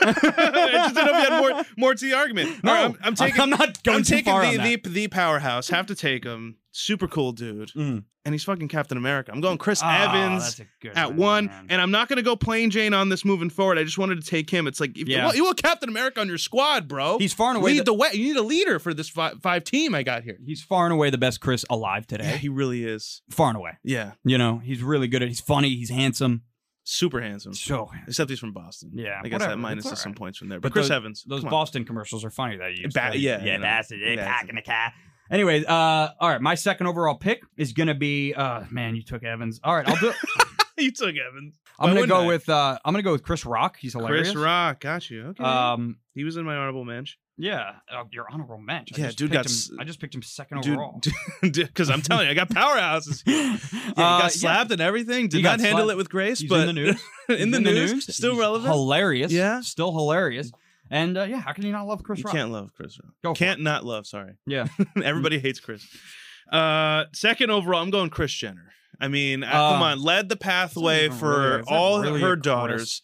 Speaker 3: I just didn't know if you had more, more to the argument.
Speaker 5: No,
Speaker 3: All right, I'm, I'm taking.
Speaker 5: I'm not going
Speaker 3: I'm
Speaker 5: too
Speaker 3: taking
Speaker 5: far
Speaker 3: the,
Speaker 5: on that.
Speaker 3: the the powerhouse. Have to take him. Super cool dude,
Speaker 5: Mm.
Speaker 3: and he's fucking Captain America. I'm going Chris
Speaker 5: Oh, that's
Speaker 3: Evans
Speaker 5: a good
Speaker 3: at
Speaker 5: one,
Speaker 3: one,
Speaker 5: man.
Speaker 3: and I'm not gonna go plain Jane on this moving forward. I just wanted to take him. It's like if you,
Speaker 5: Yeah.
Speaker 3: want, you want Captain America on your squad, bro.
Speaker 5: He's far and away
Speaker 3: Lead
Speaker 5: the-
Speaker 3: the, way. You need a leader for this five, five team I got here.
Speaker 5: He's far and away the best Chris alive today.
Speaker 3: Yeah, he really is.
Speaker 5: far and away.
Speaker 3: Yeah,
Speaker 5: You know, he's really good at. He's funny. He's handsome.
Speaker 3: super handsome.
Speaker 5: So
Speaker 3: Except he's from Boston.
Speaker 5: Yeah,
Speaker 3: I guess
Speaker 5: whatever,
Speaker 3: that minus
Speaker 5: it's all
Speaker 3: some
Speaker 5: right.
Speaker 3: points from there.
Speaker 5: But
Speaker 3: But, Chris
Speaker 5: those-
Speaker 3: Evans,
Speaker 5: those
Speaker 3: come on.
Speaker 5: Boston commercials are funny that you.
Speaker 3: Ba- yeah,
Speaker 5: yeah,
Speaker 3: you know,
Speaker 5: that's it. They
Speaker 3: that's
Speaker 5: back
Speaker 3: it.
Speaker 5: in the car. Anyways, uh, all right. My second overall pick is gonna be. Uh, man, you took Evans. All right, I'll do.
Speaker 3: you took Evans. Why
Speaker 5: I'm gonna
Speaker 3: wouldn't
Speaker 5: go
Speaker 3: I?
Speaker 5: with. Uh, I'm gonna go with Chris Rock. He's hilarious.
Speaker 3: Chris Rock. Got you. Okay.
Speaker 5: Um,
Speaker 3: he was in my honorable mention.
Speaker 5: yeah, uh, your honorable mention. I
Speaker 3: Yeah,
Speaker 5: just
Speaker 3: dude got
Speaker 5: picked him-
Speaker 3: s-
Speaker 5: I just picked him second
Speaker 3: Dude,
Speaker 5: overall.
Speaker 3: because I'm telling you, I got powerhouses. Yeah,
Speaker 5: yeah,
Speaker 3: he got slapped and everything. Did
Speaker 5: He got
Speaker 3: not handle
Speaker 5: slapped.
Speaker 3: it with grace,
Speaker 5: He's
Speaker 3: but
Speaker 5: in the news.
Speaker 3: in
Speaker 5: He's
Speaker 3: the news, still
Speaker 5: He's
Speaker 3: relevant.
Speaker 5: Hilarious.
Speaker 3: Yeah.
Speaker 5: Still hilarious. And uh, yeah, how can you not love Chris
Speaker 3: you
Speaker 5: Rock?
Speaker 3: can't love Chris Rock.
Speaker 5: Go for
Speaker 3: can't not love. Sorry,
Speaker 5: Yeah.
Speaker 3: everybody hates Chris. Uh, second overall, I'm going Chris Jenner. I mean, I- come
Speaker 5: Uh,
Speaker 3: on, led the pathway
Speaker 5: even
Speaker 3: for
Speaker 5: really- is that
Speaker 3: all
Speaker 5: really a
Speaker 3: her
Speaker 5: Chris?
Speaker 3: daughters.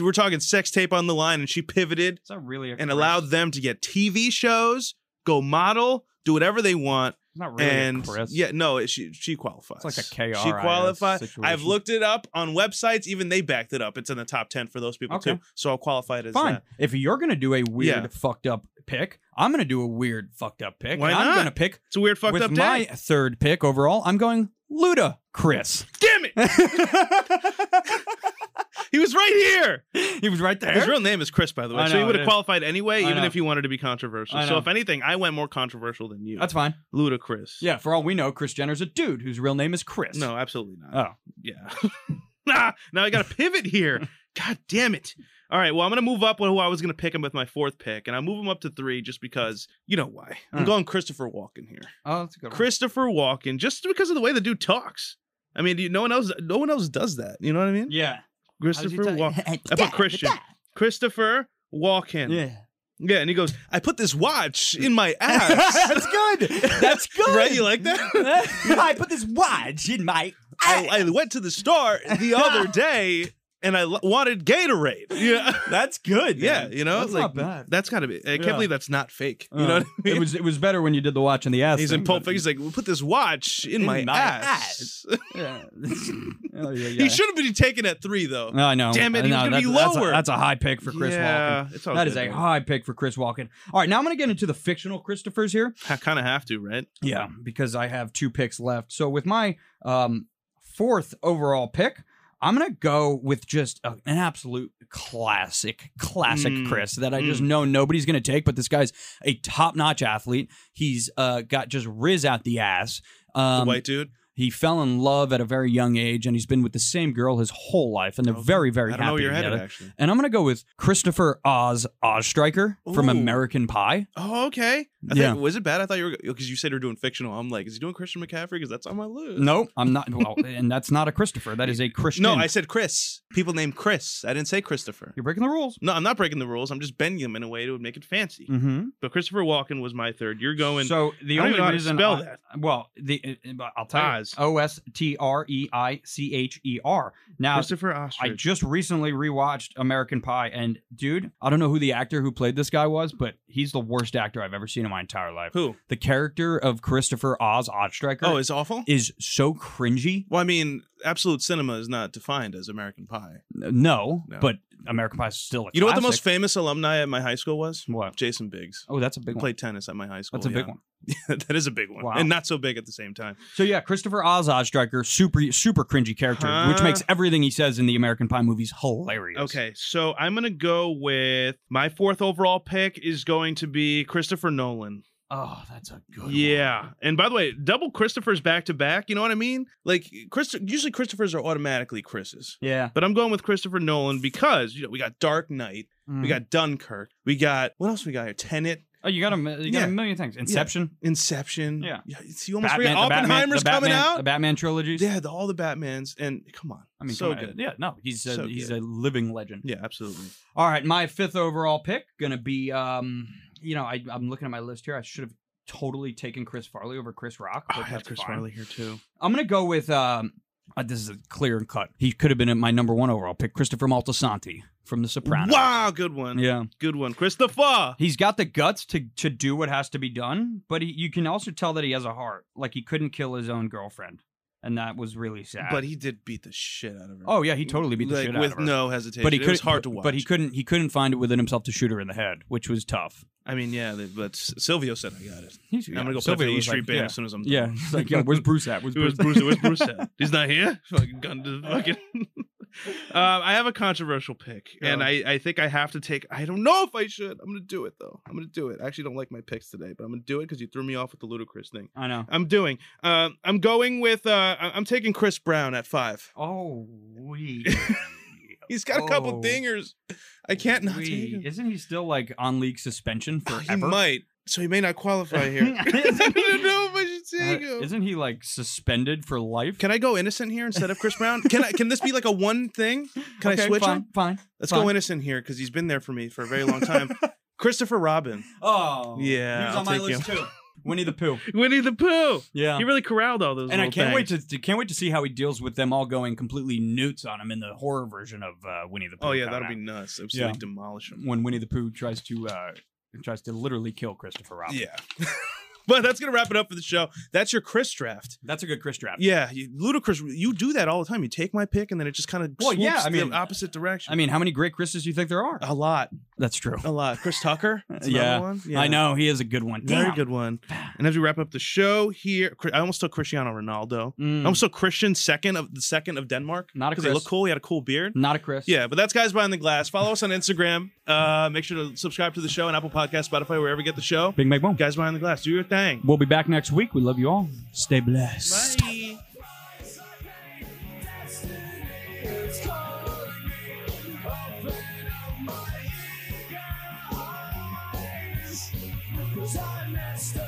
Speaker 3: We're talking sex tape on the line, and she pivoted
Speaker 5: Is that really a
Speaker 3: and
Speaker 5: Chris?
Speaker 3: allowed them to get TV shows, go model, do whatever they want.
Speaker 5: It's not really
Speaker 3: and
Speaker 5: a Chris.
Speaker 3: yeah, no, it- she she qualifies.
Speaker 5: It's like a KRIS
Speaker 3: She qualifies. I've
Speaker 5: situation.
Speaker 3: looked it up on websites. Even they backed it up. It's in the top ten for those people
Speaker 5: Okay.
Speaker 3: too. So I'll qualify it as uh,
Speaker 5: Fine.
Speaker 3: that.
Speaker 5: If you're gonna do a weird
Speaker 3: Yeah.
Speaker 5: fucked up pick, I'm gonna do a weird fucked up pick.
Speaker 3: Why
Speaker 5: and I'm
Speaker 3: not?
Speaker 5: gonna pick
Speaker 3: It's a weird fucked
Speaker 5: with
Speaker 3: up
Speaker 5: my
Speaker 3: day.
Speaker 5: third pick overall. I'm going Luda Chris.
Speaker 3: Damn it! he was right here.
Speaker 5: he was right there.
Speaker 3: His real name is Chris, by the way.
Speaker 5: I
Speaker 3: so
Speaker 5: know,
Speaker 3: he would
Speaker 5: it
Speaker 3: have
Speaker 5: is.
Speaker 3: qualified anyway,
Speaker 5: I
Speaker 3: even
Speaker 5: know.
Speaker 3: if he wanted to be controversial.
Speaker 5: I
Speaker 3: So
Speaker 5: know.
Speaker 3: if anything, I went more controversial than you.
Speaker 5: That's fine.
Speaker 3: ludicrous.
Speaker 5: Yeah, for all we know, Chris Jenner's a dude whose real name is Chris.
Speaker 3: No, absolutely not.
Speaker 5: Oh.
Speaker 3: Yeah. Ah, now I got to pivot here. God damn it. All right. Well, I'm going to move up with who I was going to pick him with my fourth pick, and I'll move him up to three just because you know why. I'm
Speaker 5: Mm.
Speaker 3: going Christopher Walken here.
Speaker 5: Oh, that's a good one.
Speaker 3: Christopher Walken, just because of the way the dude talks. I mean, you- no one else, no one else does that. You know what I mean?
Speaker 5: Yeah.
Speaker 3: Christopher Walken. I put Christian. Christopher Walken.
Speaker 5: Yeah.
Speaker 3: Yeah, and he goes, I put this watch in my ass.
Speaker 5: That's good. That's good.
Speaker 3: Right, you like that? Oh,
Speaker 5: I put this watch in my.
Speaker 3: I, I went to the store the other day and I l- wanted Gatorade. Yeah.
Speaker 5: That's good.
Speaker 3: Yeah,
Speaker 5: man.
Speaker 3: you know,
Speaker 5: That's
Speaker 3: like
Speaker 5: not bad.
Speaker 3: that's got to be. I can't
Speaker 5: Yeah.
Speaker 3: believe that's not fake. You
Speaker 5: Uh,
Speaker 3: know, what I mean?
Speaker 5: it was it was better when you did the watch in the ass.
Speaker 3: he's
Speaker 5: thing,
Speaker 3: in Pulp
Speaker 5: but-
Speaker 3: Fiction. He's like, "Well, put this watch in,
Speaker 5: In
Speaker 3: my,
Speaker 5: my
Speaker 3: ass.
Speaker 5: Yeah. oh, yeah, yeah.
Speaker 3: He should have been taken at three though.
Speaker 5: No, I know.
Speaker 3: Damn it,
Speaker 5: I
Speaker 3: he was
Speaker 5: know.
Speaker 3: gonna be
Speaker 5: That's- that's a-
Speaker 3: lower.
Speaker 5: That's a, high pick for Chris
Speaker 3: yeah,
Speaker 5: Walken.
Speaker 3: it's all
Speaker 5: That is a
Speaker 3: good.
Speaker 5: high pick for Chris Walken. All right, now I'm going to get into the fictional Christophers here.
Speaker 3: I kind of have to, right?
Speaker 5: Yeah, because I have two picks left. So with my um fourth overall pick, I'm gonna go with just a, an absolute classic, classic
Speaker 3: Mm.
Speaker 5: Chris that I just
Speaker 3: Mm.
Speaker 5: know nobody's gonna take. But this guy's a top-notch athlete. He's uh got just riz out the ass.
Speaker 3: The
Speaker 5: Um,
Speaker 3: white dude.
Speaker 5: he fell in love at a very young age, and he's been with the same girl his whole life, and they're
Speaker 3: Okay.
Speaker 5: very, very
Speaker 3: I don't
Speaker 5: happy
Speaker 3: know where you're
Speaker 5: together.
Speaker 3: headed actually.
Speaker 5: And I'm gonna go with Christopher Oz Ozstriker from
Speaker 3: Ooh.
Speaker 5: American Pie.
Speaker 3: Oh, okay. I
Speaker 5: Yeah.
Speaker 3: think, was it bad? I thought you were because you said you're doing fictional. I'm like, is he doing Christian McCaffrey? Because that's on my list.
Speaker 5: No, I'm not. Well, and that's not a Christopher. That is a Christian.
Speaker 3: no, I said Chris. People named Chris. I didn't say Christopher.
Speaker 5: You're breaking the rules.
Speaker 3: No, I'm not breaking the rules. I'm just bending them in a way that would make it fancy.
Speaker 5: Mm-hmm.
Speaker 3: But Christopher Walken was my third. You're going.
Speaker 5: So the
Speaker 3: I don't even
Speaker 5: only
Speaker 3: know how to
Speaker 5: reason
Speaker 3: spell
Speaker 5: I-
Speaker 3: that.
Speaker 5: well, the uh, but I'll tell
Speaker 3: Oz.
Speaker 5: you, O S T R E I C H E R. Now,
Speaker 3: Christopher
Speaker 5: I
Speaker 3: Ostrich.
Speaker 5: just recently rewatched American Pie, and dude, I don't know who the actor who played this guy was, but he's the worst actor I've ever seen in my entire life.
Speaker 3: Who?
Speaker 5: The character of Christopher Oz Oddstriker
Speaker 3: Oh, it's awful.
Speaker 5: is so cringy.
Speaker 3: well, I mean, absolute cinema is not defined as American Pie.
Speaker 5: No,
Speaker 3: No.
Speaker 5: but American Pie is still a
Speaker 3: You know what the most
Speaker 5: classic.
Speaker 3: famous alumni at my high school was?
Speaker 5: What?
Speaker 3: Jason Biggs.
Speaker 5: Oh, that's a big
Speaker 3: He
Speaker 5: one.
Speaker 3: played tennis at my high school.
Speaker 5: That's a
Speaker 3: yeah.
Speaker 5: big one.
Speaker 3: that is a big one,
Speaker 5: Wow.
Speaker 3: and not so big at the same time.
Speaker 5: So yeah, Christopher Oz Striker, super super cringy character, which
Speaker 3: Huh?
Speaker 5: makes everything he says in the American Pie movies hilarious.
Speaker 3: Okay, so I'm gonna go with my fourth overall pick is going to be Christopher Nolan.
Speaker 5: Oh, that's a good.
Speaker 3: Yeah, and by the way, double Christophers back to back. You know what I mean? Like, Christ- usually Christophers are automatically Chris's.
Speaker 5: One. Yeah.
Speaker 3: But I'm going with Christopher Nolan because you know we got Dark Knight,
Speaker 5: Mm-hmm.
Speaker 3: we got Dunkirk, we got what else we got here? Tenet,
Speaker 5: Mm. Oh, you got a mi- you got
Speaker 3: Yeah.
Speaker 5: a million things. Inception.
Speaker 3: Inception.
Speaker 5: Yeah.
Speaker 3: see, you almost
Speaker 5: Batman,
Speaker 3: forgot
Speaker 5: the Batman-
Speaker 3: Oppenheimer's
Speaker 5: the Batman-
Speaker 3: coming
Speaker 5: The
Speaker 3: out.
Speaker 5: Batman trilogies.
Speaker 3: Yeah, the, all the Batmans, and come on,
Speaker 5: I mean,
Speaker 3: so
Speaker 5: come on.
Speaker 3: good. Oh,
Speaker 5: Yeah, no, he's a,
Speaker 3: So
Speaker 5: he's
Speaker 3: good.
Speaker 5: a living legend.
Speaker 3: Yeah, absolutely.
Speaker 5: All right, my fifth overall pick gonna be um, you know, I, I'm looking at my list here. I should have totally taken Chris Farley over Chris Rock. But
Speaker 3: Oh, I have
Speaker 5: that's
Speaker 3: Chris
Speaker 5: fine.
Speaker 3: Farley here too.
Speaker 5: I'm gonna go with um. uh, this is a clear and cut. He could have been at my number one overall pick, Christopher Maltasanti from The Sopranos.
Speaker 3: Wow, good one.
Speaker 5: Yeah,
Speaker 3: Good one, Christopher.
Speaker 5: he's got the guts to to do what has to be done, but he, you can also tell that he has a heart. Like he couldn't kill his own girlfriend, and that was really sad.
Speaker 3: But he did beat the shit out of her.
Speaker 5: oh yeah, he totally beat the
Speaker 3: like,
Speaker 5: shit out
Speaker 3: with
Speaker 5: of her.
Speaker 3: no hesitation.
Speaker 5: but he
Speaker 3: it was
Speaker 5: couldn't.
Speaker 3: hard to watch.
Speaker 5: But he couldn't. He couldn't find it within himself to shoot her in the head, which was tough.
Speaker 3: I mean, yeah. they- But S- Silvio said I got it.
Speaker 5: He's,
Speaker 3: I'm gonna go play for
Speaker 5: Sylvia
Speaker 3: the E
Speaker 5: was
Speaker 3: Street
Speaker 5: like,
Speaker 3: Band
Speaker 5: yeah.
Speaker 3: as soon as I'm done.
Speaker 5: Yeah, he's like, yeah, where's Bruce at? Where's
Speaker 3: Where's
Speaker 5: Bruce?
Speaker 3: Bruce? Where's Bruce at? He's not here. Fucking gun to the fucking. uh, I have a controversial pick, and
Speaker 5: Yeah.
Speaker 3: I, I think I have to take. I don't know if I should. I'm gonna do it though. I'm gonna do it. I actually don't like my picks today, but I'm gonna do it because you threw me off with the ludicrous thing.
Speaker 5: I know.
Speaker 3: I'm doing. Uh, I'm going with. Uh, I- I'm taking Chris Brown at five.
Speaker 5: Oh, we.
Speaker 3: He's got a couple
Speaker 5: Oh.
Speaker 3: dingers. I can't not take him.
Speaker 5: Isn't he still like on league suspension
Speaker 3: Oh,
Speaker 5: forever?
Speaker 3: He might, so he may not qualify here. I
Speaker 5: Isn't he-
Speaker 3: don't know if I should
Speaker 5: Uh,
Speaker 3: take him.
Speaker 5: isn't he like suspended for life?
Speaker 3: Can I go innocent here instead of Chris Brown? Can I? Can this be like a one thing? Can I switch
Speaker 5: fine,
Speaker 3: him?
Speaker 5: Fine.
Speaker 3: Let's
Speaker 5: fine.
Speaker 3: go innocent here because he's been there for me for a very long time. Christopher Robin,
Speaker 5: Oh,
Speaker 3: Yeah,
Speaker 5: He was
Speaker 3: I'll
Speaker 5: on my
Speaker 3: take Um,
Speaker 5: list too. Winnie the Pooh.
Speaker 3: Winnie the Pooh.
Speaker 5: Yeah.
Speaker 3: He really corralled all those.
Speaker 5: and I
Speaker 3: little
Speaker 5: can't wait
Speaker 3: things.
Speaker 5: to, to- can't wait to see how he deals with them all going completely newts on him in the horror version of uh, Winnie the Pooh.
Speaker 3: Oh yeah,
Speaker 5: coming
Speaker 3: that'll be
Speaker 5: out.
Speaker 3: nuts. Absolutely
Speaker 5: Yeah.
Speaker 3: demolish him.
Speaker 5: when Winnie the Pooh tries to uh, tries to literally kill Christopher Robin.
Speaker 3: Yeah. but that's gonna wrap it up for the show. That's your Chris draft.
Speaker 5: that's a good Chris draft.
Speaker 3: Yeah, you, ludicrous. You do that all the time. You take my pick and then it just kind of
Speaker 5: Well, yeah, I mean-
Speaker 3: the opposite direction.
Speaker 5: I mean, how many great Chris's do you think there are?
Speaker 3: a lot,
Speaker 5: that's true.
Speaker 3: a lot. Chris Tucker. that's another one.
Speaker 5: yeah. I know he is a good one.
Speaker 3: Very
Speaker 5: Damn.
Speaker 3: good one. And as we wrap up the show here, Cri- I almost took Cristiano Ronaldo.
Speaker 5: Mm.
Speaker 3: I almost took Christian second of the second of Denmark.
Speaker 5: Not a
Speaker 3: he
Speaker 5: Chris. Mm.
Speaker 3: looked cool. He had a cool beard.
Speaker 5: Not a Chris.
Speaker 3: Yeah, but that's guys behind the glass. Follow us on Instagram. Uh, make sure to subscribe to the show on Apple Podcast, Spotify, wherever you get the show.
Speaker 5: Big Mac Boom.
Speaker 3: Guys behind the glass, do your thing.
Speaker 5: We'll be back next week. We love you all. Stay blessed.
Speaker 3: Bye.
Speaker 6: Cause I messed up